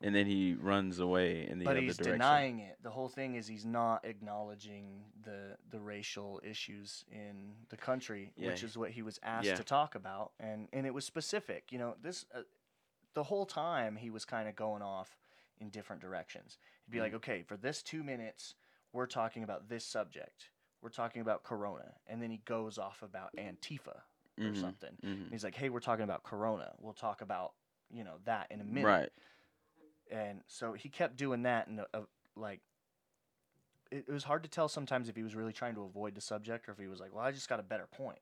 A: and then he runs away in the
B: but
A: other
B: he's
A: direction.
B: denying it. The whole thing is he's not acknowledging the the racial issues in the country,
A: Yeah,
B: which
A: he-
B: is what he was asked
A: yeah.
B: to talk about, and and it was specific. You know, this uh, the whole time he was kind of going off in different directions. He'd be
A: Mm.
B: like, okay, for this two minutes, we're talking about this subject. We're talking about Corona, and then he goes off about Antifa or
A: Mhm,
B: something. And
A: mhm.
B: he's like, hey, we're talking about Corona. We'll talk about you know that in a minute
A: Right.
B: and so he kept doing that and uh, uh, like it, it was hard to tell sometimes if he was really trying to avoid the subject or if he was like well i just got a better point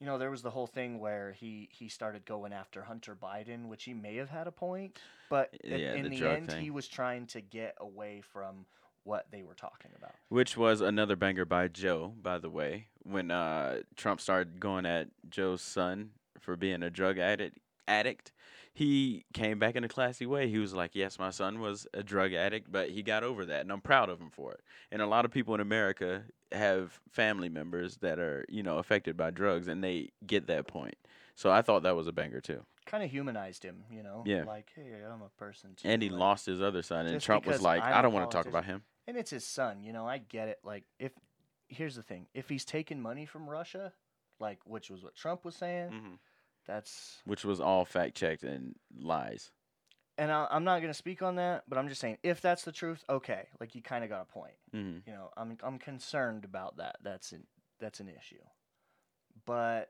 B: you know there was the whole thing where he he started going after hunter biden which he may have had a point but i-
A: Yeah,
B: in
A: the
B: the,
A: drug
B: end he
A: thing.
B: was trying to get away from what they were talking about
A: Which was another banger by Joe, by the way. When uh, Trump started going at Joe's son for being a drug addict, addict, he came back in a classy way. He was like, "Yes, my son was a drug addict, but he got over that, and I'm proud of him for it." And a lot of people in America have family members that are, you know, affected by drugs, and they get that point. So I thought that was a banger too.
B: kind of humanized him you know
A: Yeah.
B: like hey i'm a person too
A: And he
B: like-
A: lost his other son, and
B: Just
A: Trump was
B: because
A: like,
B: I'm
A: "I
B: a
A: don't want to talk
B: politician-
A: about him."
B: and it's his son you know i get it like if here's the thing if he's taking money from russia like which was what trump was saying That's
A: Which was all fact checked and lies.
B: and I, I'm not gonna speak on that, but I'm just saying if that's the truth, okay. Like you kind of got a point.
A: hmm
B: You know, I'm I'm concerned about that. That's an that's an issue, but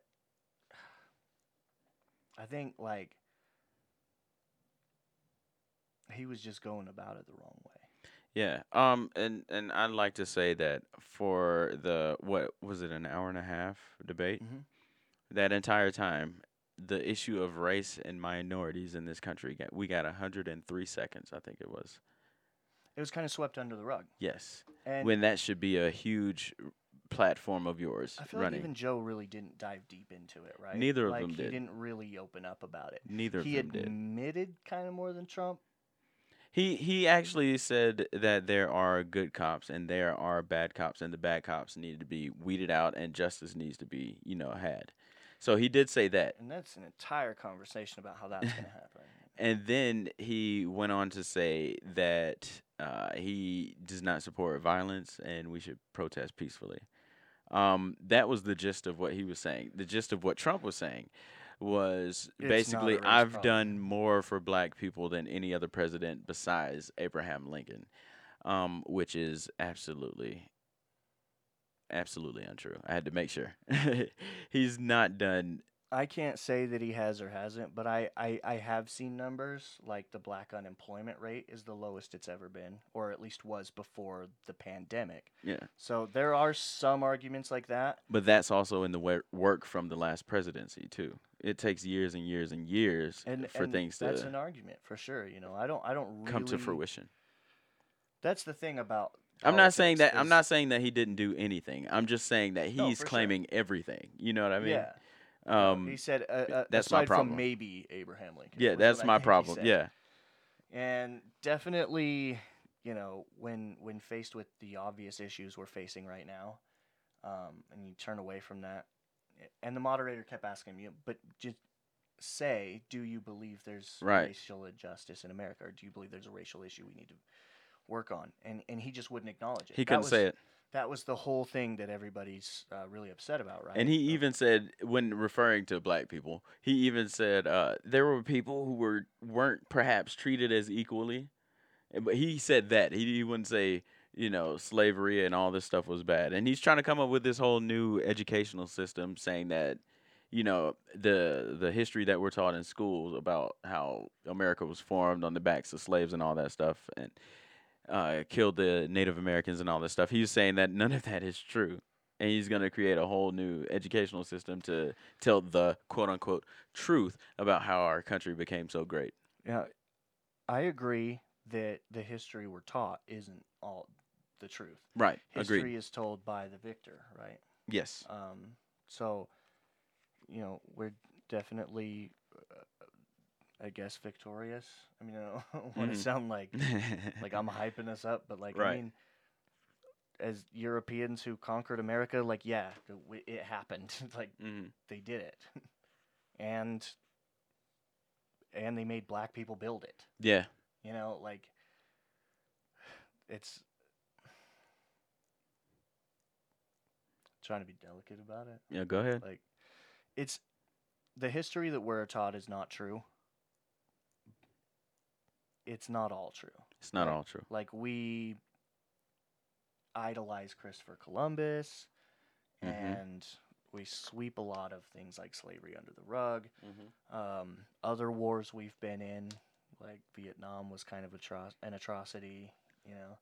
B: I think like he was just going about it the wrong way.
A: Yeah. Um. And and I'd like to say that for the what was it an hour and a half debate,
B: Mhm.
A: that entire time, the issue of race and minorities in this country got we got hundred and three seconds. I think it was.
B: It was kind of swept under the rug.
A: Yes.
B: And
A: when that should be a huge r- platform of yours
B: I feel
A: running.
B: like even Joe really didn't dive deep into it, right?
A: Neither of
B: like,
A: them did.
B: He didn't really open up about it.
A: Neither
B: he
A: of them did.
B: admitted kind of more than Trump.
A: He he actually said that there are good cops and there are bad cops and the bad cops need to be weeded out and justice needs to be you know had. So he did say that.
B: And that's an entire conversation about how that's going to happen.
A: And then he went on to say that uh, he does not support violence and we should protest peacefully. Um, that was the gist of what he was saying. The gist of what Trump was saying was
B: It's not a
A: basically,
B: race
A: I've
B: problem."
A: done more for black people than any other president besides Abraham Lincoln, um, which is absolutely. Absolutely untrue. I had to make sure. He's not done.
B: I can't say that he has or hasn't, but I, I, I have seen numbers like the black unemployment rate is the lowest it's ever been, or at least was before the pandemic.
A: Yeah.
B: So there are some arguments like that.
A: But that's also in the wor- work from the last presidency too. It takes years and years and years
B: And
A: for
B: and
A: things to
B: that's an argument for sure. You know, I don't I don't really
A: come to fruition.
B: That's the thing about
A: I'm not saying
B: politics
A: that I'm
B: is-
A: not saying that he didn't do anything. I'm just saying that
B: No,
A: he's
B: for sure.
A: claiming everything. You know what I mean?
B: yeah. no,
A: Um
B: he said uh, uh,
A: that's my
B: aside
A: problem.
B: from maybe Abraham Lincoln.
A: yeah,
B: was what
A: that's
B: I
A: my
B: think he
A: problem.
B: said.
A: Yeah.
B: and definitely you know when when faced with the obvious issues we're facing right now um, and you turn away from that and the moderator kept asking me but just say do you believe there's
A: Right.
B: racial injustice in america or do you believe there's a racial issue we need to work on and and he just wouldn't acknowledge it
A: He
B: That
A: couldn't
B: was-
A: say it.
B: that was the whole thing that everybody's uh, really upset about right
A: And he
B: So-
A: even said, when referring to black people, he even said uh, there were people who were weren't perhaps treated as equally. And- But he said that he, he wouldn't say you know slavery and all this stuff was bad. And he's trying to come up with this whole new educational system saying that you know the the history that we're taught in schools about how America was formed on the backs of slaves and all that stuff and uh, killed the Native Americans and all this stuff. He's saying that none of that is true, and he's going to create a whole new educational system to tell the quote unquote truth about how our country became so great.
B: Yeah, I agree that the history we're taught isn't all the truth.
A: Right.
B: History
A: Agreed.
B: is told by the victor, right?
A: Yes.
B: Um, so, you know, we're definitely, uh, I guess, victorious. I mean, I don't want
A: Mhm.
B: to sound like like I'm hyping us up, but like I
A: Right.
B: mean, as Europeans who conquered America, like yeah, it, it happened. like
A: Mhm.
B: they did it, and and they made black people build it.
A: Yeah.
B: You know, like it's trying to be delicate about it.
A: Yeah. Go ahead.
B: Like it's the history that we're taught is not true. It's not all true.
A: It's not
B: Right.
A: all true.
B: Like we idolize Christopher Columbus
A: Mhm.
B: and we sweep a lot of things like slavery under the rug. um, other wars we've been in, like Vietnam was kind of atro- an atrocity. You know,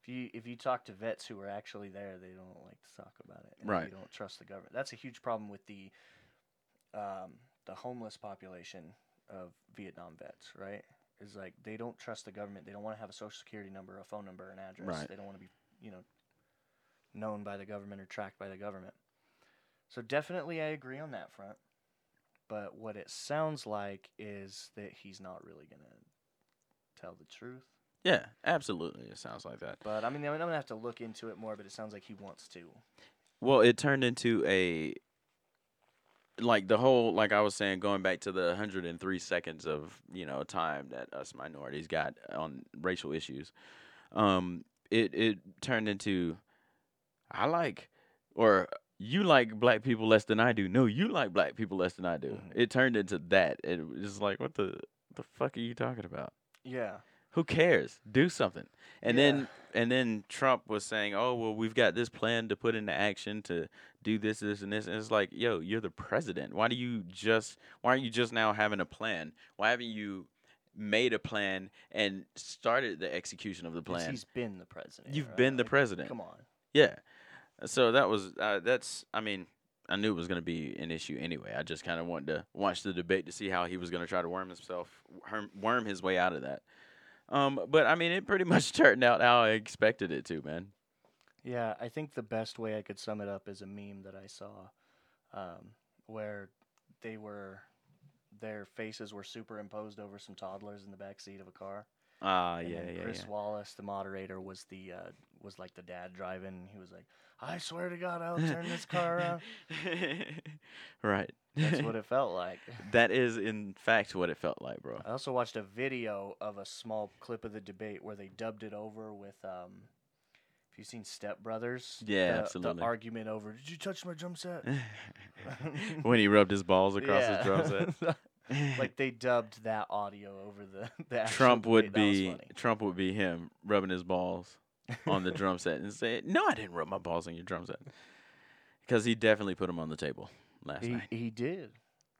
B: if you if you talk to vets who were actually there, they don't like to talk about it. and
A: Right.
B: You don't trust the government. That's a huge problem with the um, the homeless population of Vietnam vets. Right. Is like they don't trust the government. They don't want to have a social security number, a phone number, an address.
A: Right.
B: They don't want to be you know known by the government or tracked by the government. So definitely, I agree on that front but what it sounds like is that he's not really gonna tell the truth.
A: Yeah. Absolutely. It sounds like that.
B: But I mean, I'm gonna have to look into it more. But it sounds like he wants to.
A: Well, it turned into a like the whole like I was saying going back to the 103 seconds of, you know, time that us minorities got on racial issues. Um it it turned into I like or you like black people less than I do. No, you like black people less than I do.
B: Mhm.
A: It turned into that. It was just like what the the fuck are you talking about?
B: Yeah.
A: Who cares? Do something. And
B: Yeah.
A: then and then Trump was saying, "Oh well, we've got this plan to put into action to do this, this, and this." And it's like, yo, you're the president. Why do you just? Why aren't you just now having a plan? Why haven't you made a plan and started the execution of the
B: 'Cause
A: plan?
B: he's been the president.
A: You've
B: right?
A: been the
B: Like,
A: president.
B: Come on.
A: Yeah. So that was uh, that's. I mean, I knew it was going to be an issue anyway. I just kind of wanted to watch the debate to see how he was going to try to worm himself, worm, worm his way out of that. Um, but I mean, it pretty much turned out how I expected it to, man.
B: Yeah, I think the best way I could sum it up is a meme that I saw, um, where they were, their faces were superimposed over some toddlers in the back seat of a car.
A: Ah,
B: And
A: yeah,
B: then
A: yeah,
B: Chris
A: yeah.
B: Wallace, the moderator, was the uh, was like the dad driving. He was like, "I swear to God, I'll turn this car around."
A: right.
B: That's what it felt like.
A: that is, in fact, what it felt like, bro.
B: I also watched a video of a small clip of the debate where they dubbed it over with. Um, if you've seen Step Brothers,
A: Yeah,
B: the,
A: absolutely.
B: The argument over, did you touch my drum set?
A: when he rubbed his balls across
B: Uh, Yeah.
A: his drum set.
B: like they dubbed that audio over the, the actual
A: Trump would be
B: debate.
A: Trump would be him rubbing his balls
B: That was funny.
A: on the drum set and say, "No, I didn't rub my balls on your drum set," because he definitely put them on the table last night.
B: he, he did.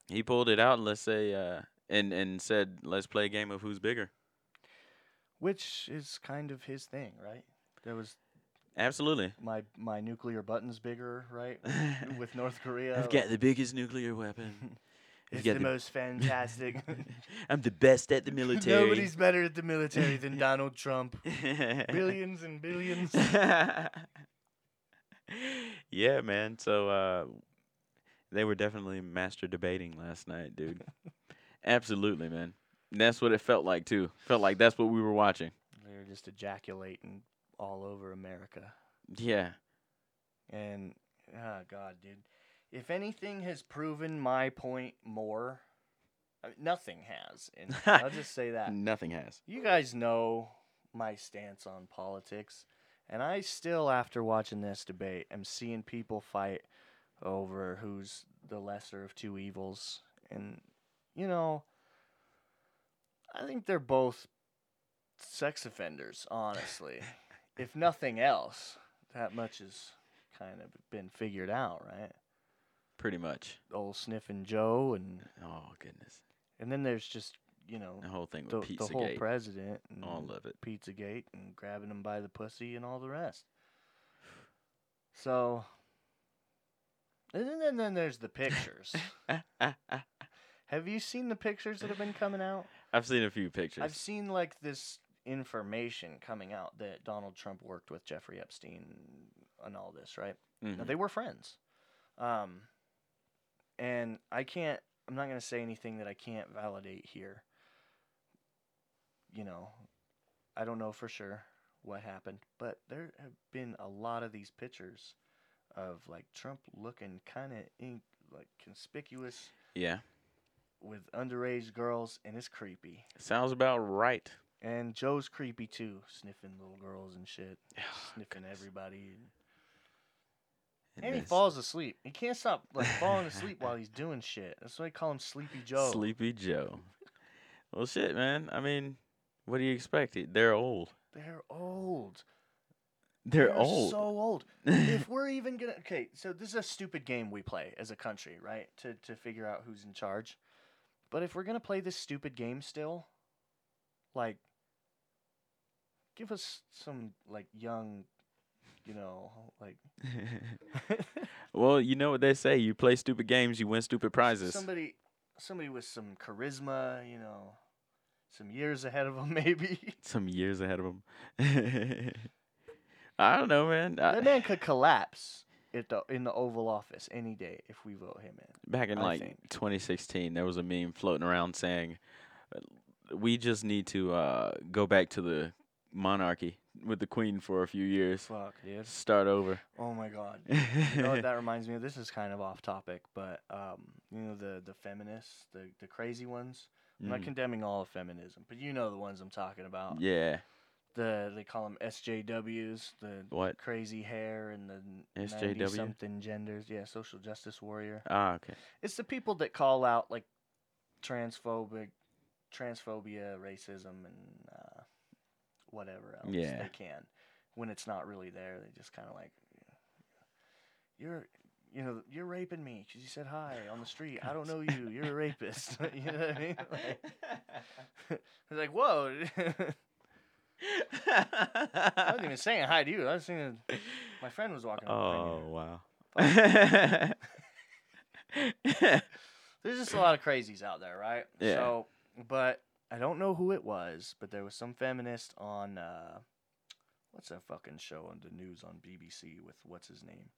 A: He pulled it out. Let's say, uh, and and said, "Let's play a game of who's bigger."
B: Which is kind of his thing, right? There was
A: Absolutely.
B: my my nuclear button's bigger, right? With uh, North Korea.
A: I've
B: like,
A: got the biggest nuclear weapon. I've
B: it's
A: got
B: the most fantastic.
A: I'm the best at the military.
B: Nobody's better at the military than Donald Trump. Billions and billions.
A: yeah, man. So uh, they were definitely master debating last night, dude. Absolutely, man. And that's what it felt like too. Felt like that's what we were watching.
B: they were just ejaculating all over America.
A: Yeah.
B: And ah, God, dude, if anything has proven my point more, I mean, nothing has. And I'll just say that
A: Nothing has.
B: you guys know my stance on politics, and I still, after watching this debate, am seeing people fight over who's the lesser of two evils. And, you know, I think they're both sex offenders, honestly. if nothing else, that much has kind of been figured out, right?
A: Pretty much.
B: Old sniffing Joe, and,
A: Oh goodness.
B: and then there's just, you know,
A: The whole thing with
B: the, the
A: pizza
B: whole
A: Pizzagate.
B: president. And
A: All of it.
B: Pizzagate and grabbing him by the pussy and all the rest. So, and then, then, then there's the pictures. have you seen the pictures that have been coming out?
A: I've seen a few pictures.
B: I've seen like this information coming out that Donald Trump worked with Jeffrey Epstein and all this, right? Now,
A: Mhm.
B: they were friends. Um, and I can't, I'm not going to say anything that I can't validate here. You know, I don't know for sure what happened, but there have been a lot of these pictures of like Trump looking kind of in like conspicuous
A: Yeah.
B: with underage girls, and it's creepy.
A: Sounds about right.
B: And Joe's creepy too, sniffing little girls and shit,
A: Oh,
B: sniffing
A: goodness.
B: everybody.
A: And
B: And he
A: this
B: falls asleep. He can't stop like falling asleep while he's doing shit. That's why they call him Sleepy Joe.
A: Sleepy Joe. Well, shit, man. I mean, what do you expect? They're old.
B: They're old.
A: They're, old.
B: so old. if we're even gonna okay, so this is a stupid game we play as a country, right? To to figure out who's in charge. But if we're gonna play this stupid game still, like, give us some like young, you know, like
A: well, you know what they say. You play stupid games, you win stupid prizes.
B: somebody somebody with some charisma, you know, some years ahead of them maybe.
A: Some years ahead of them. I don't know, man. I-
B: that man could collapse at the in the Oval Office any day if we vote him in.
A: back in
B: I
A: like
B: think.
A: 2016, there was a meme floating around saying, uh, "We just need to uh, go back to the monarchy with the queen for a few years,
B: Fuck, dude.
A: start over."
B: Oh my god. You know what that reminds me of? This is kind of off topic, but um, you know the the feminists, the the crazy ones. I'm not
A: Mhm.
B: condemning all of feminism, but you know the ones I'm talking about.
A: Yeah.
B: The they call them SJWs, the
A: What?
B: crazy hair and the
A: SJW?
B: something genders. Yeah, social justice warrior.
A: Ah, okay.
B: It's the people that call out like transphobic, transphobia, racism, and uh, whatever else
A: Yeah.
B: they can. When it's not really there, they just kind of like, you're, you know, you're raping me because you said hi on the street. I don't know you. You're a rapist. you know what I mean? Like, it's like, whoa. I wasn't even saying hi to you. I was saying my friend was walking. over and
A: oh
B: you-
A: wow. Oh,
B: There's just a lot of crazies out there, right?
A: Yeah.
B: So, but I don't know who it was, but there was some feminist on uh, what's that fucking show on the news on BBC with what's his name?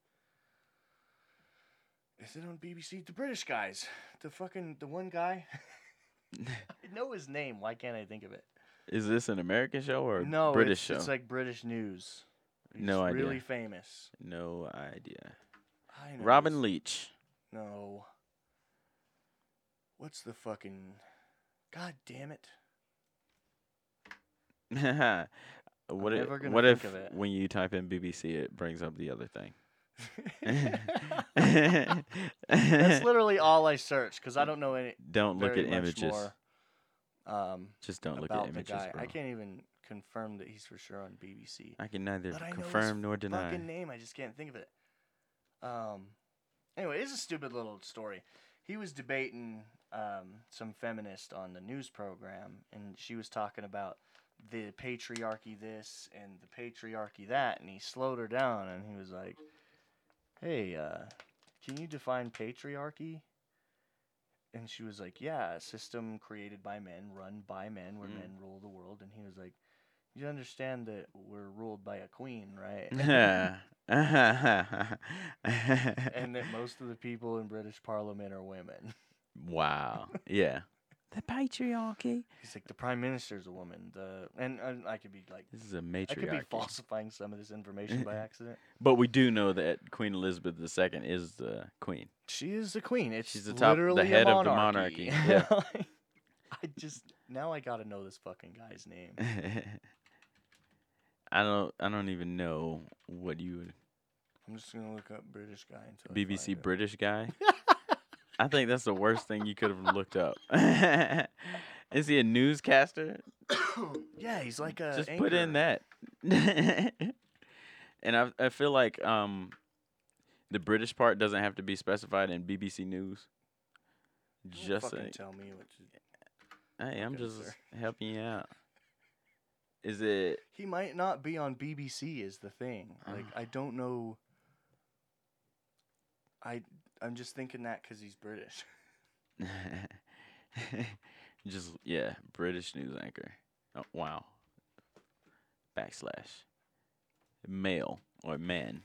B: Is it on BBC? The British guys, the fucking the one guy. I know his name. Why can't I think of it?
A: Is this an American show or a
B: no,
A: British
B: it's,
A: show?
B: It's like British news. He's
A: No idea.
B: Really famous.
A: no idea.
B: I know
A: Robin
B: his-
A: Leach.
B: No. What's the fucking? God damn it!
A: what i-
B: never gonna
A: what
B: think
A: if
B: of it.
A: when you type in BBC it brings up the other thing?
B: That's literally all I searched because I don't know any.
A: don't look
B: very
A: at
B: much
A: images.
B: More, um,
A: Just don't look
B: about
A: at images,
B: the guy.
A: bro.
B: I can't even confirm that he's for sure on BBC.
A: I can neither
B: But I know his
A: confirm nor deny.
B: Fucking name, I just can't think of it. Um, anyway, it's a stupid little story. He was debating um, some feminist on the news program, and she was talking about the patriarchy this and the patriarchy that, and he slowed her down, and he was like, "Hey, uh, can you define patriarchy?" And she was like, "Yeah, a system created by men, run by men, where
A: Mm.
B: men rule the world." And he was like. You understand that we're ruled by a queen, right? and that most of the people in British Parliament are women.
A: wow. Yeah. The patriarchy.
B: He's like the prime minister's a woman. The and, and I could be like
A: This is a
B: I could be
A: matriarchy.
B: falsifying some of this information by accident.
A: But we do know that Queen Elizabeth II is the queen.
B: She is the queen. It's
A: She's the top- the
B: literally a
A: head of the
B: monarchy.
A: monarchy,
B: I just now I gotta know this fucking guy's name.
A: I don't I don't even know what you would
B: I'm just gonna look up British guy until I
A: BBC
B: find it.
A: British guy. I think that's the worst thing you could have looked up. Is he a newscaster?
B: yeah, he's like a
A: Just put in
B: Uh, anchor.
A: that. and I I feel like um the British part doesn't have to be specified in BBC News.
B: Don't
A: Just
B: fucking
A: saying.
B: tell me what to-
A: hey, I'm
B: fucking
A: just
B: sir.
A: helping you out. Is it
B: He might not be on BBC is the thing. Like I don't know. I I'm just thinking that because he's British.
A: just yeah, British news anchor. Oh, wow. Backslash. Male or man.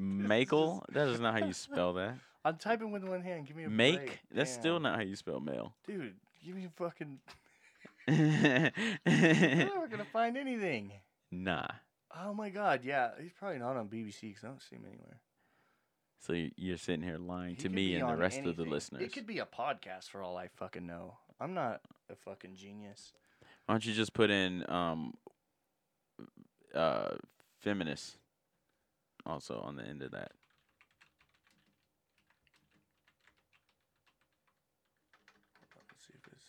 A: Makel? That is not how you spell that.
B: I'm typing with one hand. Give me a
A: Make?
B: break.
A: That's still
B: Damn.
A: not how you spell male.
B: Dude, give me a fucking. We're
A: nah.
B: never gonna find anything. Oh my god, yeah, he's probably not on BBC because I don't see him anywhere.
A: It's So y- you're sitting here lying
B: He
A: to
B: could
A: me
B: be
A: and the
B: on
A: rest of the
B: anything.
A: listeners.
B: It could be a podcast for all I fucking know. I'm not a fucking genius.
A: Why don't you just put in um, uh, feminist also on the end of that?
B: Let's see if his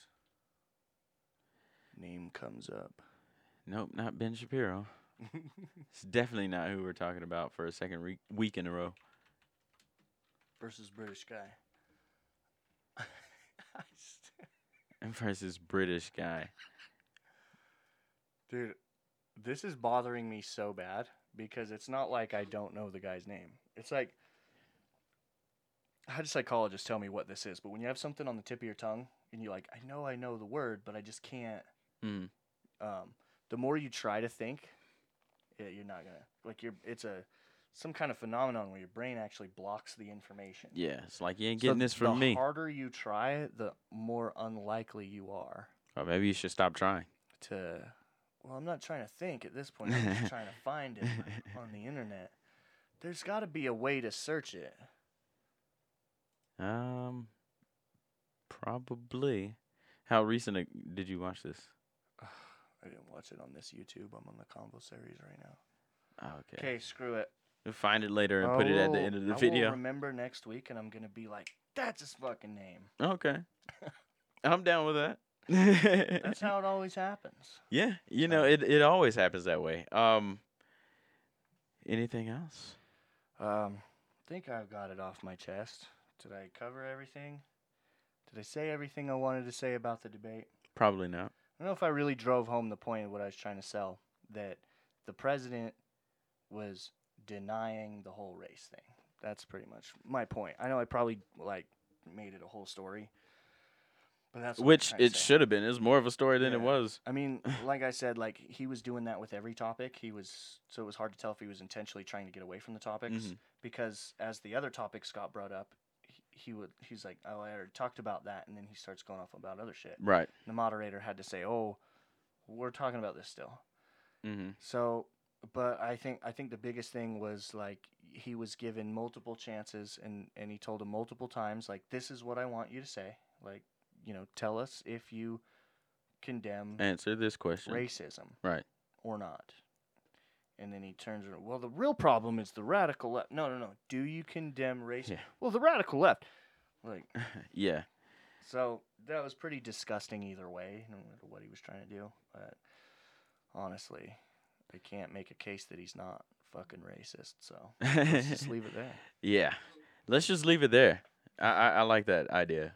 B: name comes up.
A: Nope, not Ben Shapiro. It's definitely not who we're talking about for a second re- week in a row.
B: Versus British guy. I st-
A: Versus British guy.
B: Dude, this is bothering me so bad because it's not like I don't know the guy's name. It's like how do psychologists tell me what this is? But when you have something on the tip of your tongue and you're like, I know I know the word, but I just can't
A: Mm.
B: um, the more you try to think, yeah, you're not gonna like you're. It's a some kind of phenomenon where your brain actually blocks the information.
A: Yeah, it's like you ain't
B: So
A: getting this from
B: the
A: me.
B: The harder you try, the more unlikely you are
A: or Oh, maybe you should stop trying.
B: to. Well, I'm not trying to think at this point. I'm just trying to find it on the internet. There's got to be a way to search it.
A: Um, probably. How recent a- did you watch this?
B: I didn't watch it on this YouTube. I'm on the convo series right now.
A: Oh, okay.
B: Okay, screw it.
A: You'll Find it later and put it at the
B: I will-
A: end of the
B: I will
A: video.
B: remember next week, and I'm gonna be like, "That's his fucking name."
A: okay. I'm down with that.
B: That's how it always happens.
A: yeah, you know,
B: So-
A: it, it always happens that way. Um, anything else?
B: Um, I think I've got it off my chest. Did I cover everything? Did I say everything I wanted to say about the debate?
A: Probably not.
B: I don't know if I really drove home the point of what I was trying to sell that the president was denying the whole race thing. That's pretty much my point. I know I probably like made it a whole story, but that's what I was
A: Which
B: trying to
A: it
B: say.
A: should have been. It was more of a story than it
B: Yeah.
A: was.
B: I mean, like I said, like he was doing that with every topic. He was so it was hard to tell if he was intentionally trying to get away from the topics
A: Mhm.
B: because as the other topics got brought up, he, he would he's like, "Oh, I already talked about that," and then he starts going off about other shit.
A: Right.
B: The moderator had to say, "Oh, we're talking about this still."
A: Mm-hmm.
B: So, but I think I think the biggest thing was like he was given multiple chances, and and he told him multiple times like, "This is what I want you to say." Like, you know, tell us if you condemn
A: Answer this question.
B: racism,
A: Right.
B: or not. And then he turns around. Well, the real problem is the radical left. No, no, no. Do you condemn racism?
A: Yeah.
B: Well, the radical left. Like,
A: Yeah.
B: so that was pretty disgusting either way, no matter what he was trying to do. But honestly, I can't make a case that he's not fucking racist. So let's just leave it there.
A: Yeah. Let's just leave it there. I, I, I like that idea.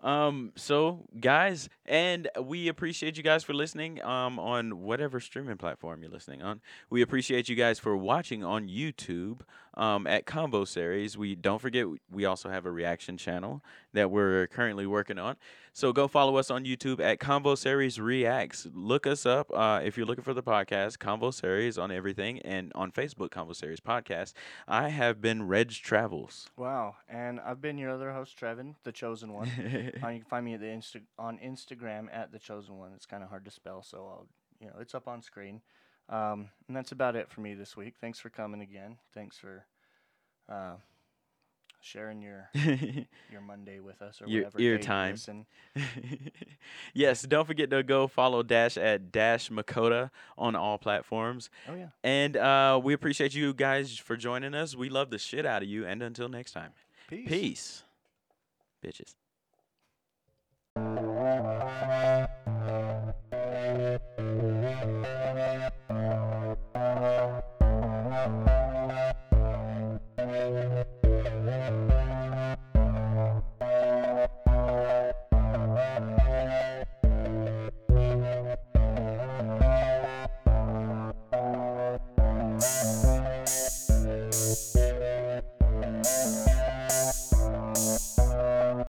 A: Um, so guys, and we appreciate you guys for listening um on whatever streaming platform you're listening on. We appreciate you guys for watching on YouTube um at Combo Series. We don't forget we also have a reaction channel that we're currently working on. So go follow us on YouTube at Combo Series Reacts. Look us up uh, if you're looking for the podcast, Combo Series on everything, and on Facebook, Combo Series Podcast. I have been Reg Travels.
B: Wow. And I've been your other host, Trevin, the chosen one. Uh, you can find me at the Insta- on Instagram at the chosen one. It's kind of hard to spell, so I'll you know it's up on screen. Um, and that's about it for me this week. Thanks for coming again. Thanks for uh, sharing your your Monday with us or
A: Your-
B: whatever
A: your
B: day you
A: time.
B: listen.
A: yes, don't forget to go follow Dash at Dash Makota on all platforms.
B: Oh yeah.
A: And uh, we appreciate you guys for joining us. We love the shit out of you. And until next time, peace. Bitches.